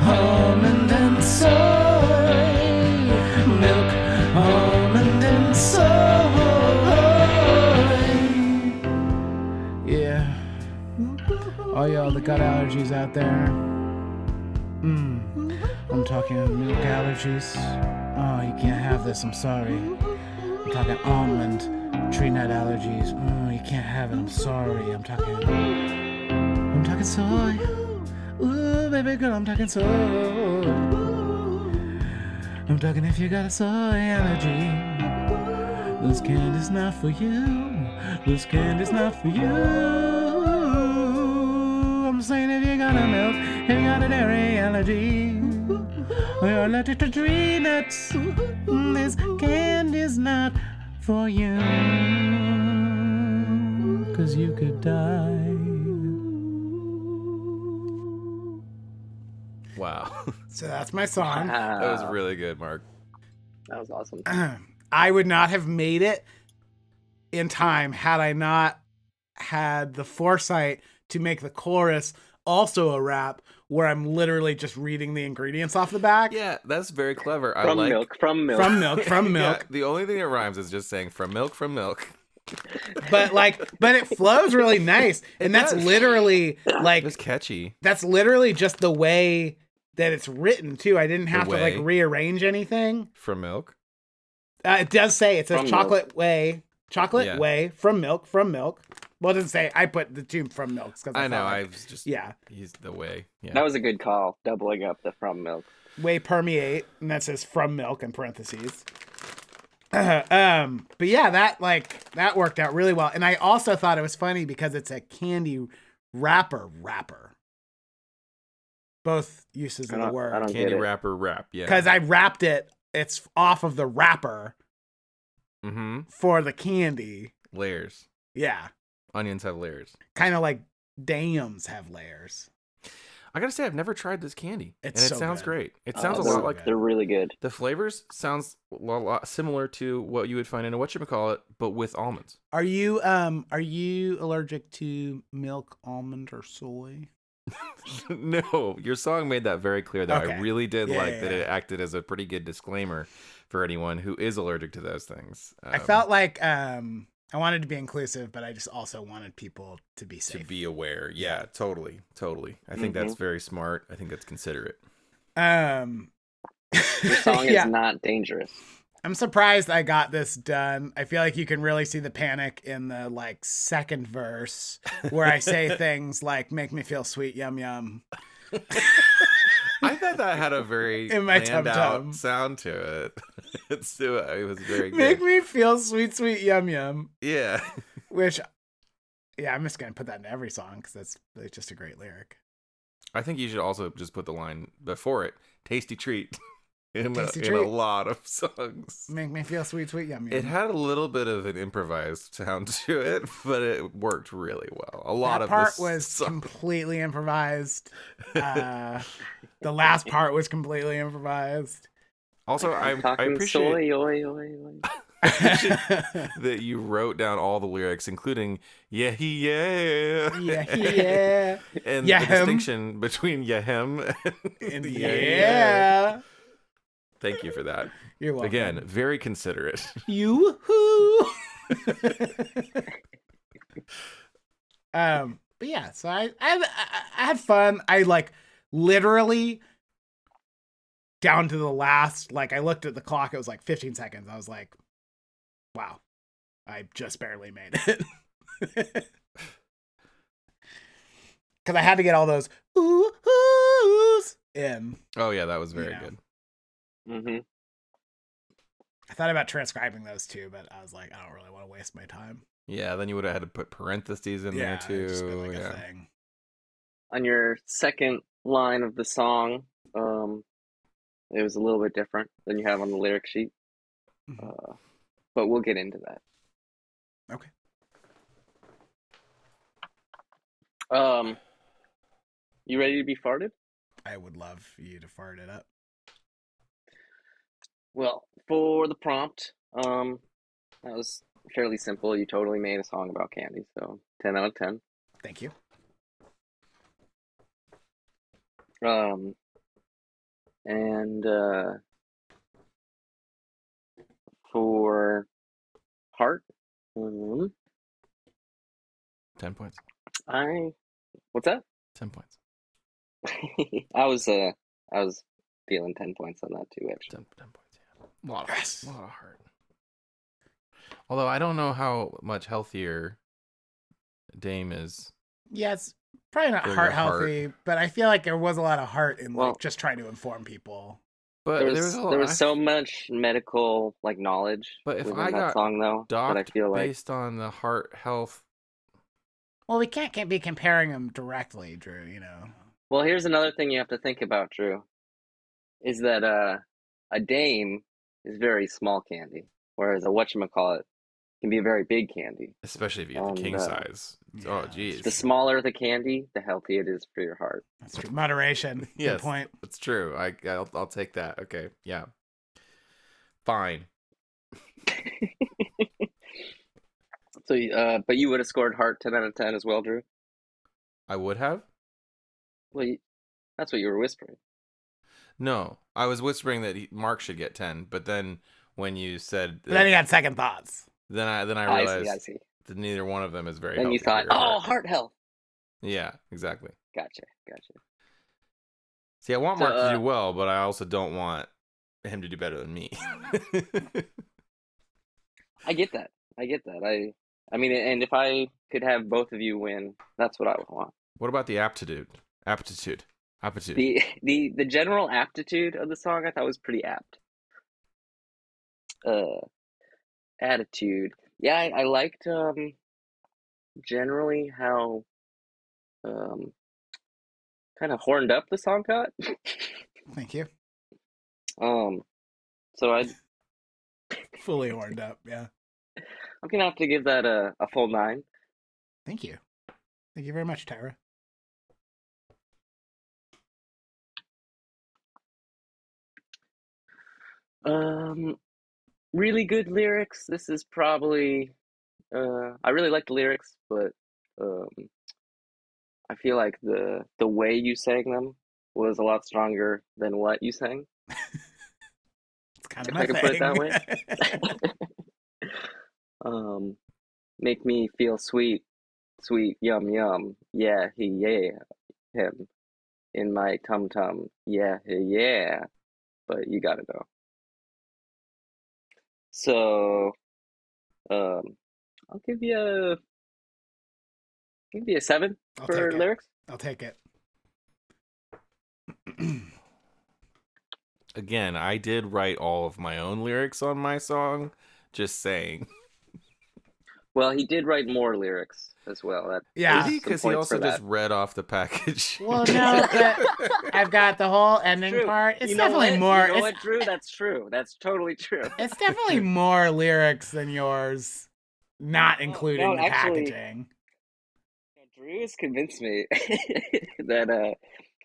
Speaker 5: almond, and soy. Milk, almond, and soy. Yeah. All y'all that got allergies out there. Mm. I'm talking milk allergies. Oh, you can't have this. I'm sorry. I'm talking almond tree nut allergies. Oh, you can't have it. I'm sorry. I'm talking. I'm talking soy. Ooh, baby girl, I'm talking soy. I'm talking if you got a soy allergy. This candy's not for you. This candy's not for you. I'm saying if you got a milk, if you got a dairy allergy, or you're allergic to tree nuts, this candy's not for you. Cause you could die.
Speaker 2: Wow.
Speaker 1: So that's my song.
Speaker 2: that was
Speaker 3: Wow.
Speaker 2: really good, Mark.
Speaker 3: Ah, That was awesome.
Speaker 1: I would not have made it in time had I not had the foresight to make the chorus also a rap where I'm literally just reading the ingredients off the back.
Speaker 2: Yeah, that's very clever. I
Speaker 3: From
Speaker 2: like
Speaker 3: milk, from milk.
Speaker 1: From milk, from
Speaker 2: Yeah,
Speaker 1: milk.
Speaker 2: the only thing that rhymes is just saying from milk, from milk.
Speaker 1: But like but it flows really nice. And that's
Speaker 2: does.
Speaker 1: literally
Speaker 2: It
Speaker 1: like
Speaker 2: was catchy.
Speaker 1: that's literally just the way that it's written too. I didn't have to like
Speaker 2: way.
Speaker 1: rearrange anything.
Speaker 2: From milk.
Speaker 1: Uh, it does say it says
Speaker 3: From milk.
Speaker 1: chocolate whey, chocolate
Speaker 2: Yeah.
Speaker 1: whey from milk, from milk. Well, it doesn't say. I put the two from milks because
Speaker 2: I know. I
Speaker 1: Like,
Speaker 2: was just
Speaker 1: yeah,
Speaker 2: He's the way. Yeah.
Speaker 3: That was a good call, doubling up the from milk.
Speaker 1: whey permeate, and that says from milk in parentheses. um, but yeah, that like that worked out really well, and I also thought it was funny because it's a candy wrapper wrapper. Both uses
Speaker 3: I
Speaker 1: of the
Speaker 3: don't,
Speaker 1: word.
Speaker 3: I don't get
Speaker 2: Candy
Speaker 3: it.
Speaker 2: wrapper wrap. Yeah.
Speaker 1: because I wrapped it. It's off of the wrapper
Speaker 2: mm-hmm.
Speaker 1: for the candy.
Speaker 2: Layers.
Speaker 1: Yeah,
Speaker 2: Onions have layers.
Speaker 1: kind of like dams have layers.
Speaker 2: I gotta say, I've never tried this candy,
Speaker 1: It's
Speaker 2: and it
Speaker 1: so
Speaker 2: sounds
Speaker 1: good.
Speaker 2: great. It
Speaker 3: Oh,
Speaker 2: sounds a
Speaker 3: they're-
Speaker 2: lot like
Speaker 3: they're really good.
Speaker 2: the flavors sounds a lot, lot similar to what you would find in a whatchamacallit, but with almonds.
Speaker 1: Are you um are you allergic to milk, almond, or soy?
Speaker 2: no, your song made that very clear. Though
Speaker 1: Okay.
Speaker 2: I really did
Speaker 1: Yeah,
Speaker 2: like
Speaker 1: yeah,
Speaker 2: that
Speaker 1: yeah.
Speaker 2: it acted as a pretty good disclaimer for anyone who is allergic to those things.
Speaker 1: I
Speaker 2: Um,
Speaker 1: felt like um I wanted to be inclusive, but I just also wanted people to be
Speaker 2: to
Speaker 1: safe.
Speaker 2: be aware. Yeah, totally, totally. I think that's very smart. I think that's considerate.
Speaker 1: um
Speaker 3: Your song
Speaker 1: yeah,
Speaker 3: is not dangerous.
Speaker 1: I'm surprised I got this done. I feel like you can really see the panic in the like second verse where I say things like "make me feel sweet, yum yum."
Speaker 2: I thought that had a very
Speaker 1: In my
Speaker 2: planned
Speaker 1: tum-tum.
Speaker 2: out sound to it. it's it was very good.
Speaker 1: Make me feel sweet, sweet yum yum.
Speaker 2: yeah.
Speaker 1: Which, yeah, I'm just gonna put that in every song because that's it's just a great lyric.
Speaker 2: I think you should also just put the line before it, "tasty treat," in,
Speaker 1: Tasty
Speaker 2: a, in
Speaker 1: treat.
Speaker 2: a lot of songs.
Speaker 1: Make me feel sweet, sweet yum yum.
Speaker 2: It had a little bit of an improvised sound to it, but it worked really well. A lot
Speaker 1: that
Speaker 2: of
Speaker 1: part
Speaker 2: this
Speaker 1: was
Speaker 2: song-
Speaker 1: completely improvised. Uh, the last part was completely improvised.
Speaker 2: also I, I
Speaker 3: Talking
Speaker 2: appreciate
Speaker 3: soy, oi, oi, oi.
Speaker 1: yeah,
Speaker 2: that you wrote down all the lyrics, including "yeah he yeah
Speaker 1: yeah,
Speaker 2: and
Speaker 1: Yeah, him.
Speaker 2: the distinction between yeah him and
Speaker 1: and
Speaker 2: yeah,
Speaker 1: yeah.
Speaker 2: Thank you for that.
Speaker 1: You're welcome.
Speaker 2: Again, very considerate.
Speaker 1: you hoo. um, but yeah, so I, I I I had fun. I like literally down to the last. Like I looked at the clock. It was like 15 seconds. I was like, wow, I just barely made it. Because I had to get all those ooh oohs in.
Speaker 2: Oh yeah, that was very
Speaker 1: Yeah.
Speaker 2: good.
Speaker 3: Mm-hmm.
Speaker 1: I thought about transcribing those too, but I was like, I don't really want to waste my time.
Speaker 2: Yeah, then you would have had to put parentheses in there
Speaker 1: it'd just be
Speaker 2: too.
Speaker 1: like a
Speaker 2: yeah.
Speaker 1: thing.
Speaker 3: On your second line of the song, um, It was a little bit different than you have on the lyric sheet.
Speaker 2: Mm-hmm.
Speaker 3: Uh, but we'll get into that.
Speaker 1: Okay.
Speaker 3: Um, you ready to be farted?
Speaker 1: I would love you to fart it up.
Speaker 3: Well, for the prompt, um, that was fairly simple. You totally made a song about candy, so ten out of ten.
Speaker 1: Thank you.
Speaker 3: Um, and uh, for heart, um,
Speaker 2: Ten points.
Speaker 3: I what's that?
Speaker 2: Ten points.
Speaker 3: I was uh, I was feeling ten points on that too. Actually,
Speaker 2: Ten, ten points. Yeah. A lot of, a lot of heart. Although I don't know how much healthier Dame is.
Speaker 1: Yeah, it's probably not
Speaker 2: For your
Speaker 1: heart
Speaker 2: heart.
Speaker 1: healthy, but I feel like there was a lot of heart in
Speaker 3: Well-
Speaker 1: like just trying to inform people.
Speaker 2: But
Speaker 3: there was,
Speaker 2: a
Speaker 3: there
Speaker 2: lot.
Speaker 3: was so much medical like knowledge
Speaker 2: But if
Speaker 3: within
Speaker 2: I
Speaker 3: that
Speaker 2: got
Speaker 3: song though that I
Speaker 2: docked
Speaker 3: feel like
Speaker 2: based on the heart health.
Speaker 1: Well, we can't, can't be comparing them directly, Drew. You know.
Speaker 3: Well, here's another thing you have to think about, Drew, is that uh, a dame is very small candy, whereas a whatchamacallit can be a very big candy.
Speaker 2: Especially if you get
Speaker 3: And,
Speaker 2: the king
Speaker 3: uh,
Speaker 2: size.
Speaker 1: Yeah,
Speaker 2: oh,
Speaker 1: that's
Speaker 2: geez.
Speaker 3: The smaller the candy, the healthier it is for your heart.
Speaker 1: That's true. Moderation.
Speaker 2: Yes.
Speaker 1: Good point.
Speaker 2: It's true. I I'll, I'll take that. Okay. Yeah. Fine.
Speaker 3: So, uh, but you would have scored heart 10 out of 10 as well, Drew?
Speaker 2: I would have.
Speaker 3: Well, you, that's what you were whispering.
Speaker 2: No, I was whispering that he, Mark should get ten, but then when you said
Speaker 1: But then
Speaker 2: that-
Speaker 1: he had second thoughts.
Speaker 2: then I then I
Speaker 3: I,
Speaker 2: realized
Speaker 3: see, I see.
Speaker 2: that neither one of them is very.
Speaker 3: Then
Speaker 2: healthy
Speaker 3: you
Speaker 2: for
Speaker 3: thought,
Speaker 2: your
Speaker 3: oh,
Speaker 2: heart.
Speaker 3: heart health.
Speaker 2: Yeah, exactly.
Speaker 3: Gotcha, gotcha.
Speaker 2: See, I want
Speaker 3: So,
Speaker 2: Mark to
Speaker 3: uh,
Speaker 2: do well, but I also don't want him to do better than me.
Speaker 3: I get that. I get that. I, I mean, and if I could have both of you win, that's what I would want.
Speaker 2: what about the aptitude? Aptitude. Aptitude.
Speaker 3: the the the general aptitude of the song I thought was pretty apt. Uh, attitude. Yeah, I, I liked um generally how um kind of horned up the song got.
Speaker 1: Thank you.
Speaker 3: um, so I
Speaker 1: Fully horned up. Yeah.
Speaker 3: I'm gonna have to give that a a full nine.
Speaker 1: Thank you. Thank you very much, Tyra.
Speaker 3: Um, really good lyrics. This is probably uh I really like the lyrics, but um I feel like the the way you sang them was a lot stronger than what you sang.
Speaker 1: It's kind of
Speaker 3: If
Speaker 1: my
Speaker 3: I could put it that
Speaker 1: thing.
Speaker 3: Um, make me feel sweet, sweet yum yum. Yeah, he yeah him in my tum tum. Yeah, he, yeah. But you gotta know. So, um, I'll give you a give you a seven
Speaker 1: I'll
Speaker 3: for
Speaker 1: take it.
Speaker 3: lyrics.
Speaker 1: I'll take it.
Speaker 2: Again, I did write all of my own lyrics on my song. Just saying.
Speaker 3: Well, he did write more lyrics as well. That
Speaker 1: Yeah.
Speaker 2: Did he?
Speaker 3: Some
Speaker 2: Because he
Speaker 3: points
Speaker 2: also
Speaker 3: for
Speaker 2: just
Speaker 3: that.
Speaker 2: read off the package.
Speaker 1: Well, no, but I've got the whole ending
Speaker 3: True.
Speaker 1: part. It's
Speaker 3: You know
Speaker 1: definitely
Speaker 3: what?
Speaker 1: more.
Speaker 3: You know
Speaker 1: it's,
Speaker 3: what, Drew? That's true. That's totally true.
Speaker 1: it's definitely more lyrics than yours, not including
Speaker 3: no,
Speaker 1: the
Speaker 3: actually-
Speaker 1: packaging.
Speaker 3: Drew has convinced me that uh,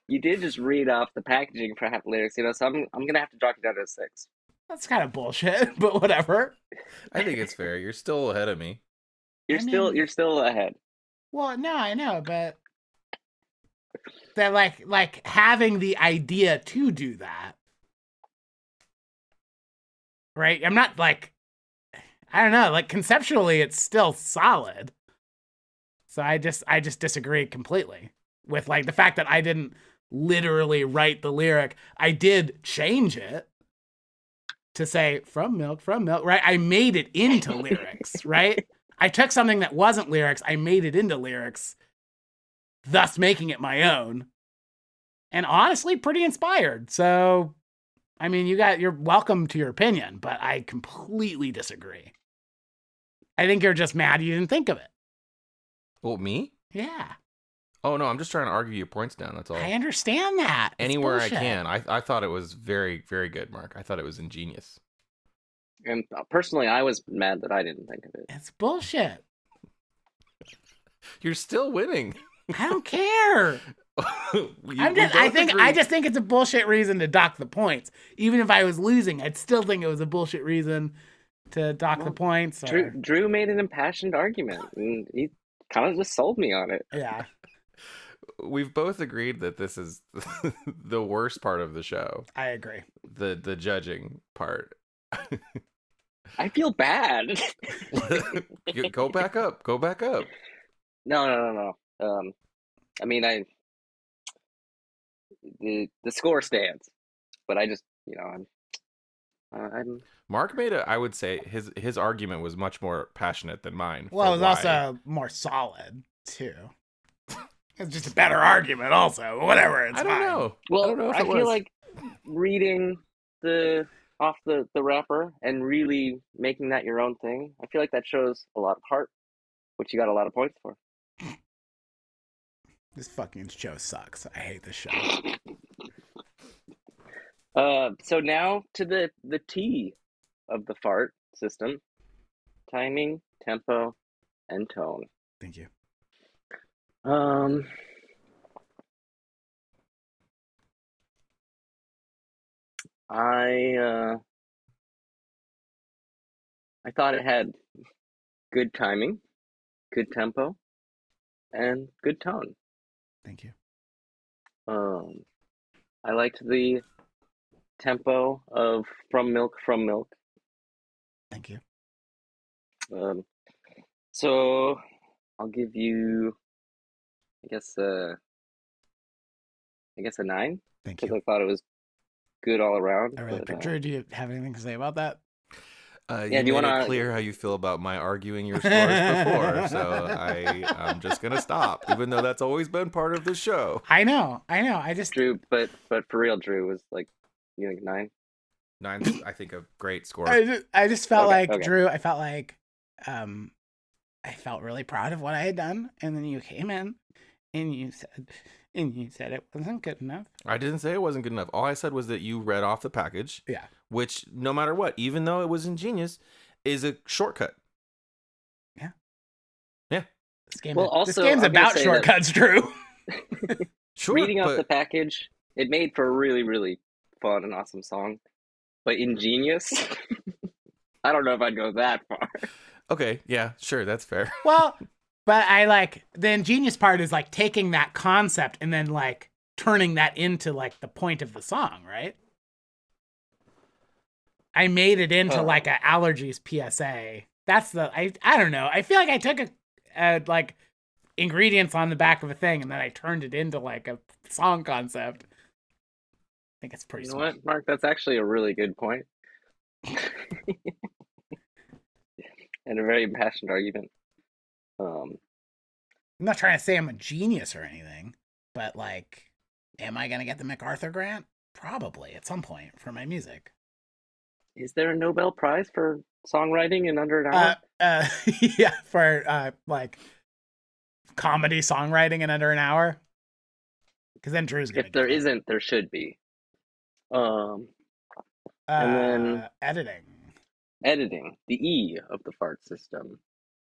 Speaker 3: you did just read off the packaging for half lyrics, you know. So I'm I'm gonna have to drop you down to a six.
Speaker 1: That's kind of bullshit, but whatever.
Speaker 2: I think it's fair. You're still ahead of me.
Speaker 3: You're
Speaker 1: I
Speaker 3: still
Speaker 1: mean-
Speaker 3: you're still ahead.
Speaker 1: Well, no, I know, but that like like having the idea to do that. Right? I'm not like I don't know, like conceptually it's still solid. So I just I just disagree completely with like the fact that I didn't literally write the lyric. I did change it to say from milk from milk, right? I made it into lyrics, right? I took something that wasn't lyrics, I made it into lyrics, thus making it my own. And honestly, pretty inspired. So, I mean, you got you're welcome to your opinion, but I completely disagree. I think you're just mad you didn't think of it.
Speaker 2: Oh, me?
Speaker 1: Yeah.
Speaker 2: Oh no, I'm just trying to argue your points down. That's all.
Speaker 1: I understand that. It's
Speaker 2: Anywhere I
Speaker 1: bullshit.
Speaker 2: can. I I thought it was very very good, Mark. I thought it was ingenious.
Speaker 3: And uh, personally, I was mad that I didn't think of it.
Speaker 1: It's bullshit.
Speaker 2: You're still winning.
Speaker 1: I don't care.
Speaker 2: We-
Speaker 1: I'm
Speaker 2: we
Speaker 1: just, I
Speaker 2: both
Speaker 1: think
Speaker 2: agree.
Speaker 1: I just think it's a bullshit reason to dock the points. Even if I was losing, I'd still think it was a bullshit reason to dock the
Speaker 3: Well,
Speaker 1: points. or-
Speaker 3: Drew, Drew made an impassioned argument, and he kind of just sold me on it.
Speaker 1: yeah,
Speaker 2: we've both agreed that this is the worst part of the show,
Speaker 1: I agree.
Speaker 2: the the judging part.
Speaker 3: I feel bad.
Speaker 2: Go- go back up. Go back up.
Speaker 3: no, no, no, no. Um, I mean, I the the score stands, but I just you know I'm I- I'm
Speaker 2: Mark made a I would say his his argument was much more passionate than mine. for
Speaker 1: Well, it was
Speaker 2: why-
Speaker 1: also more solid too. It's just a better argument, also. Whatever. It's
Speaker 2: I don't
Speaker 1: fine.
Speaker 2: know.
Speaker 3: well.
Speaker 2: I don't know if it
Speaker 3: feel
Speaker 2: was.
Speaker 3: like reading the off the the wrapper and really making that your own thing. I feel like that shows a lot of heart, which you got a lot of points for.
Speaker 1: This fucking show sucks. I hate this show.
Speaker 3: Uh, so now to the the T of the fart system: timing, tempo, and tone.
Speaker 1: Thank you.
Speaker 3: Um, I uh, I thought it had good timing, good tempo, and good tone.
Speaker 1: Thank you.
Speaker 3: Um, I liked the tempo of "From Milk, From Milk."
Speaker 1: Thank you.
Speaker 3: Um, so I'll give you, I guess, uh, I guess a nine
Speaker 1: Thank
Speaker 3: because
Speaker 1: you.
Speaker 3: I thought it was good all around.
Speaker 1: I really
Speaker 3: but, uh,
Speaker 1: picture. Do you have anything to say about that?
Speaker 2: Uh,
Speaker 3: Yeah,
Speaker 2: you
Speaker 3: do you
Speaker 2: made
Speaker 3: wanna-
Speaker 2: it clear how you feel about my arguing your scores before, so I I'm just gonna stop, even though that's always been part of the show.
Speaker 1: I know. I know. I just.
Speaker 3: Drew, but but for real, Drew was like, you know, nine.
Speaker 2: Nine's I think a great score.
Speaker 1: I just, I just felt
Speaker 3: Okay,
Speaker 1: like
Speaker 3: okay.
Speaker 1: Drew. I felt like, um, I felt really proud of what I had done, and then you came in, and you said, and you said it wasn't good enough.
Speaker 2: I didn't say it wasn't good enough. All I said was that you read off the package.
Speaker 1: Yeah.
Speaker 2: Which, no matter what, even though it was ingenious, is a shortcut.
Speaker 1: This game.
Speaker 3: Well,
Speaker 1: this
Speaker 3: also,
Speaker 1: game's
Speaker 3: I'm gonna
Speaker 1: about
Speaker 3: say that-
Speaker 1: shortcuts, Drew.
Speaker 2: Sure.
Speaker 3: Reading off
Speaker 2: but
Speaker 3: the package, it made for a really really fun and awesome song, but ingenious. I don't know if I'd go that far.
Speaker 2: okay, yeah, sure, that's fair.
Speaker 1: well, but I like the ingenious part is like taking that concept and then like turning that into like the point of the song, right? I made it into
Speaker 3: Oh.
Speaker 1: like a allergies PSA. That's the I I don't know. I feel like I took a, a like ingredients on the back of a thing and then I turned it into like a song concept. I think it's pretty
Speaker 3: You know
Speaker 1: smart.
Speaker 3: what, Mark? That's actually a really good point. and a very impassioned argument. Um,
Speaker 1: I'm not trying to say I'm a genius or anything, but like, am I gonna get the MacArthur Grant? Probably at some point for my music.
Speaker 3: is there a Nobel Prize for songwriting in under an hour?
Speaker 1: Uh, uh, yeah, for uh, like comedy songwriting in under an hour. Because then Drew's gonna.
Speaker 3: if there
Speaker 1: get it.
Speaker 3: isn't, there should be. Um,
Speaker 1: uh,
Speaker 3: and then-
Speaker 1: editing.
Speaker 3: editing, the E of the fart system.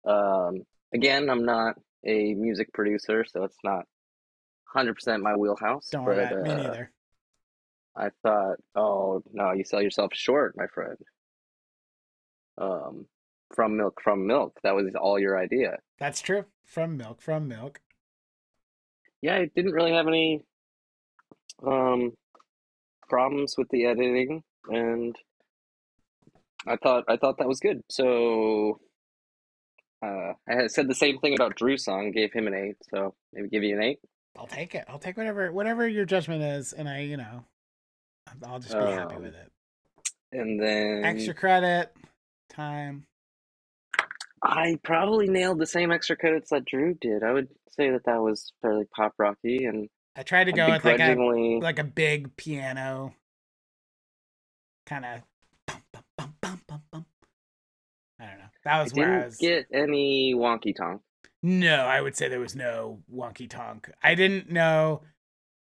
Speaker 3: Um, again, I'm not a music producer, so it's not 100% my wheelhouse.
Speaker 1: Don't worry about it. me
Speaker 3: uh,
Speaker 1: neither.
Speaker 3: I thought, oh no, you sell yourself short, my friend. Um, from milk, from milk. That was all your idea.
Speaker 1: That's true. From milk, from milk.
Speaker 3: Yeah, I didn't really have any um problems with the editing, and I thought I thought that was good. So uh, I had said the same thing about Drew's song, gave him an eight, so maybe give you an eight.
Speaker 1: I'll take it. I'll take whatever whatever your judgment is, and I, you know, I'll just be happy
Speaker 3: Um,
Speaker 1: with it.
Speaker 3: And then
Speaker 1: Extra credit, time.
Speaker 3: I probably nailed the same extra credits that Drew did. I would say that that was fairly pop rocky and.
Speaker 1: I tried to
Speaker 3: I
Speaker 1: go with like a
Speaker 3: begrudgingly-
Speaker 1: like a big piano kind of bum, bum, bum, bum, bum, bum. I don't know. That
Speaker 3: I
Speaker 1: was where I
Speaker 3: didn't
Speaker 1: was.
Speaker 3: get any wonky tonk.
Speaker 1: No, I would say there was no wonky tonk. I didn't know.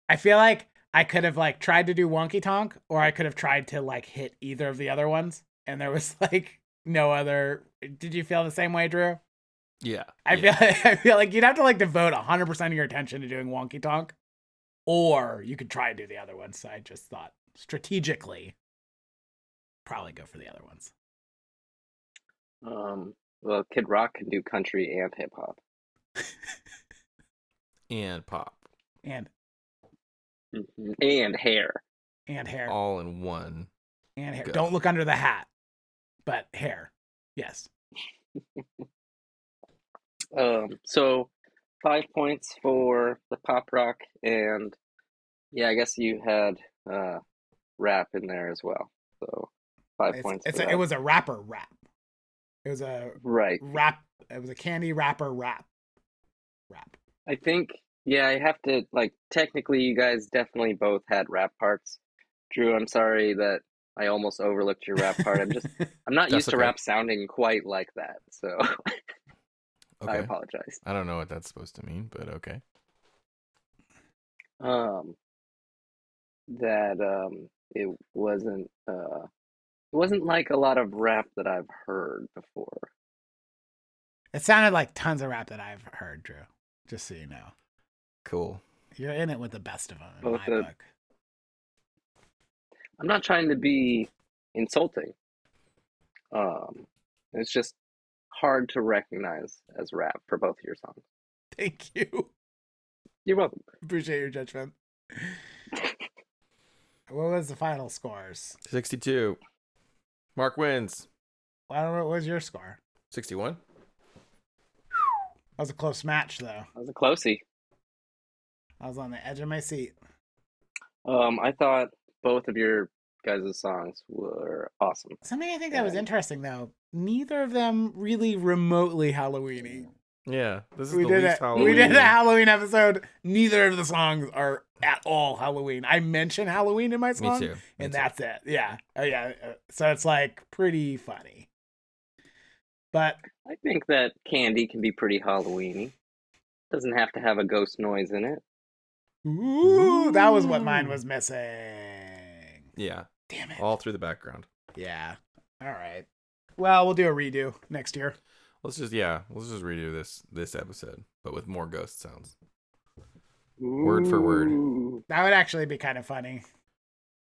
Speaker 1: I feel like I could have like tried to do wonky tonk, or I could have tried to like hit either of the other ones, and there was like no other. Did you feel the same way, Drew?
Speaker 2: Yeah.
Speaker 1: I feel like, I feel like you'd have to like devote hundred percent of your attention to doing wonky tonk, or you could try and do the other ones. So I just thought strategically, probably go for the other ones.
Speaker 3: Um, well, Kid Rock can do country and hip hop.
Speaker 2: and pop
Speaker 1: And
Speaker 3: Mm-hmm. And hair.
Speaker 1: and hair
Speaker 2: all in one.
Speaker 1: and hair.
Speaker 2: go.
Speaker 1: Don't look under the hat, but hair. Yes.
Speaker 3: Um, so five points for the pop rock, and yeah, I guess you had uh rap in there as well. So five
Speaker 1: It's-
Speaker 3: points.
Speaker 1: it's
Speaker 3: for
Speaker 1: a, it
Speaker 3: that.
Speaker 1: was a rapper rap. It was a
Speaker 3: right.
Speaker 1: rap. It was a candy wrapper rap. Rap.
Speaker 3: I think yeah, I have to like technically you guys definitely both had rap parts. Drew, I'm sorry that I almost overlooked your rap part. I'm just I'm not
Speaker 2: That's
Speaker 3: used to
Speaker 2: okay.
Speaker 3: rap sounding quite like that, so I
Speaker 2: Okay.
Speaker 3: apologize.
Speaker 2: I don't know what that's supposed to mean, but okay.
Speaker 3: um that um it wasn't uh it wasn't like a lot of rap that I've heard before.
Speaker 1: It sounded like tons of rap that I've heard, Drew. Just so you know,
Speaker 2: Cool.
Speaker 1: you're in it with the best of them in
Speaker 3: Well,
Speaker 1: my
Speaker 3: the-
Speaker 1: book.
Speaker 3: I'm not trying to be insulting. Um it's just hard to recognize as rap for both of your songs.
Speaker 1: Thank you.
Speaker 3: You're welcome.
Speaker 1: Appreciate your judgment. What was the final scores?
Speaker 2: 62. Mark wins.
Speaker 1: I don't know. What was your score?
Speaker 2: 61.
Speaker 1: That was a close match, though.
Speaker 3: That was a closey.
Speaker 1: I was on the edge of my seat.
Speaker 3: Um, I thought both of your guys' songs were awesome.
Speaker 1: Something I think that was
Speaker 3: Yeah.
Speaker 1: interesting, though. Neither of them really remotely Halloweeny.
Speaker 2: Yeah. This is
Speaker 1: we
Speaker 2: the
Speaker 1: did
Speaker 2: least
Speaker 1: it.
Speaker 2: Halloween.
Speaker 1: We did a Halloween episode. Neither of the songs are at all Halloween. I mention Halloween in my
Speaker 2: Me
Speaker 1: song,
Speaker 2: too. Me
Speaker 1: and
Speaker 2: too.
Speaker 1: that's it. Yeah, oh yeah. Uh, So it's like pretty funny. But
Speaker 3: I think that candy can be pretty Halloweeny. Doesn't have to have a ghost noise in it.
Speaker 1: ooh, that was what mine
Speaker 2: Ooh.
Speaker 1: was missing.
Speaker 2: Yeah.
Speaker 1: Damn it.
Speaker 2: All through the background.
Speaker 1: Oh, Yeah. All right. Well, we'll do a redo next year.
Speaker 2: Let's just yeah, let's just redo this this episode, but with more ghost sounds. Word for word.
Speaker 3: Ooh.
Speaker 1: That would actually be kind of funny.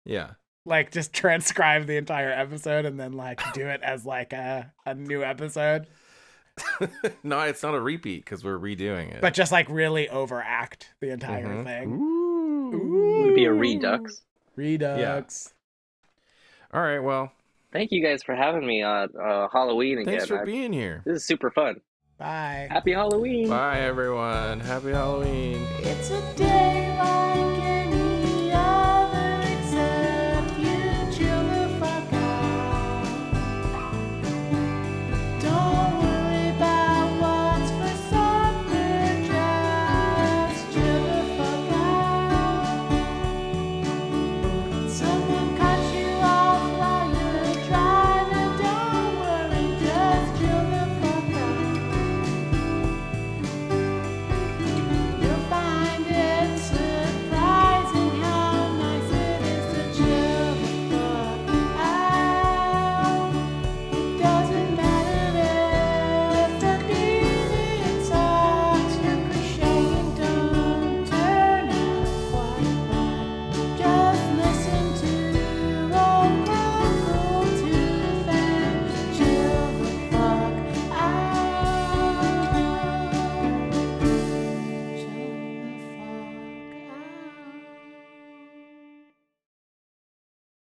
Speaker 2: Yeah.
Speaker 1: Like just transcribe the entire episode and then like do it as like a, a new episode.
Speaker 2: no, it's not a repeat because we're redoing it.
Speaker 1: but just like really overact the entire
Speaker 2: Mhm.
Speaker 1: thing.
Speaker 3: Would be a redux.
Speaker 1: Redux.
Speaker 2: All right, well,
Speaker 3: Thank you guys for having me on uh, Halloween again.
Speaker 2: thanks for
Speaker 3: I-
Speaker 2: being here.
Speaker 3: this is super fun.
Speaker 1: Bye.
Speaker 3: Happy Halloween.
Speaker 2: Bye everyone. Happy Halloween.
Speaker 6: It's a day like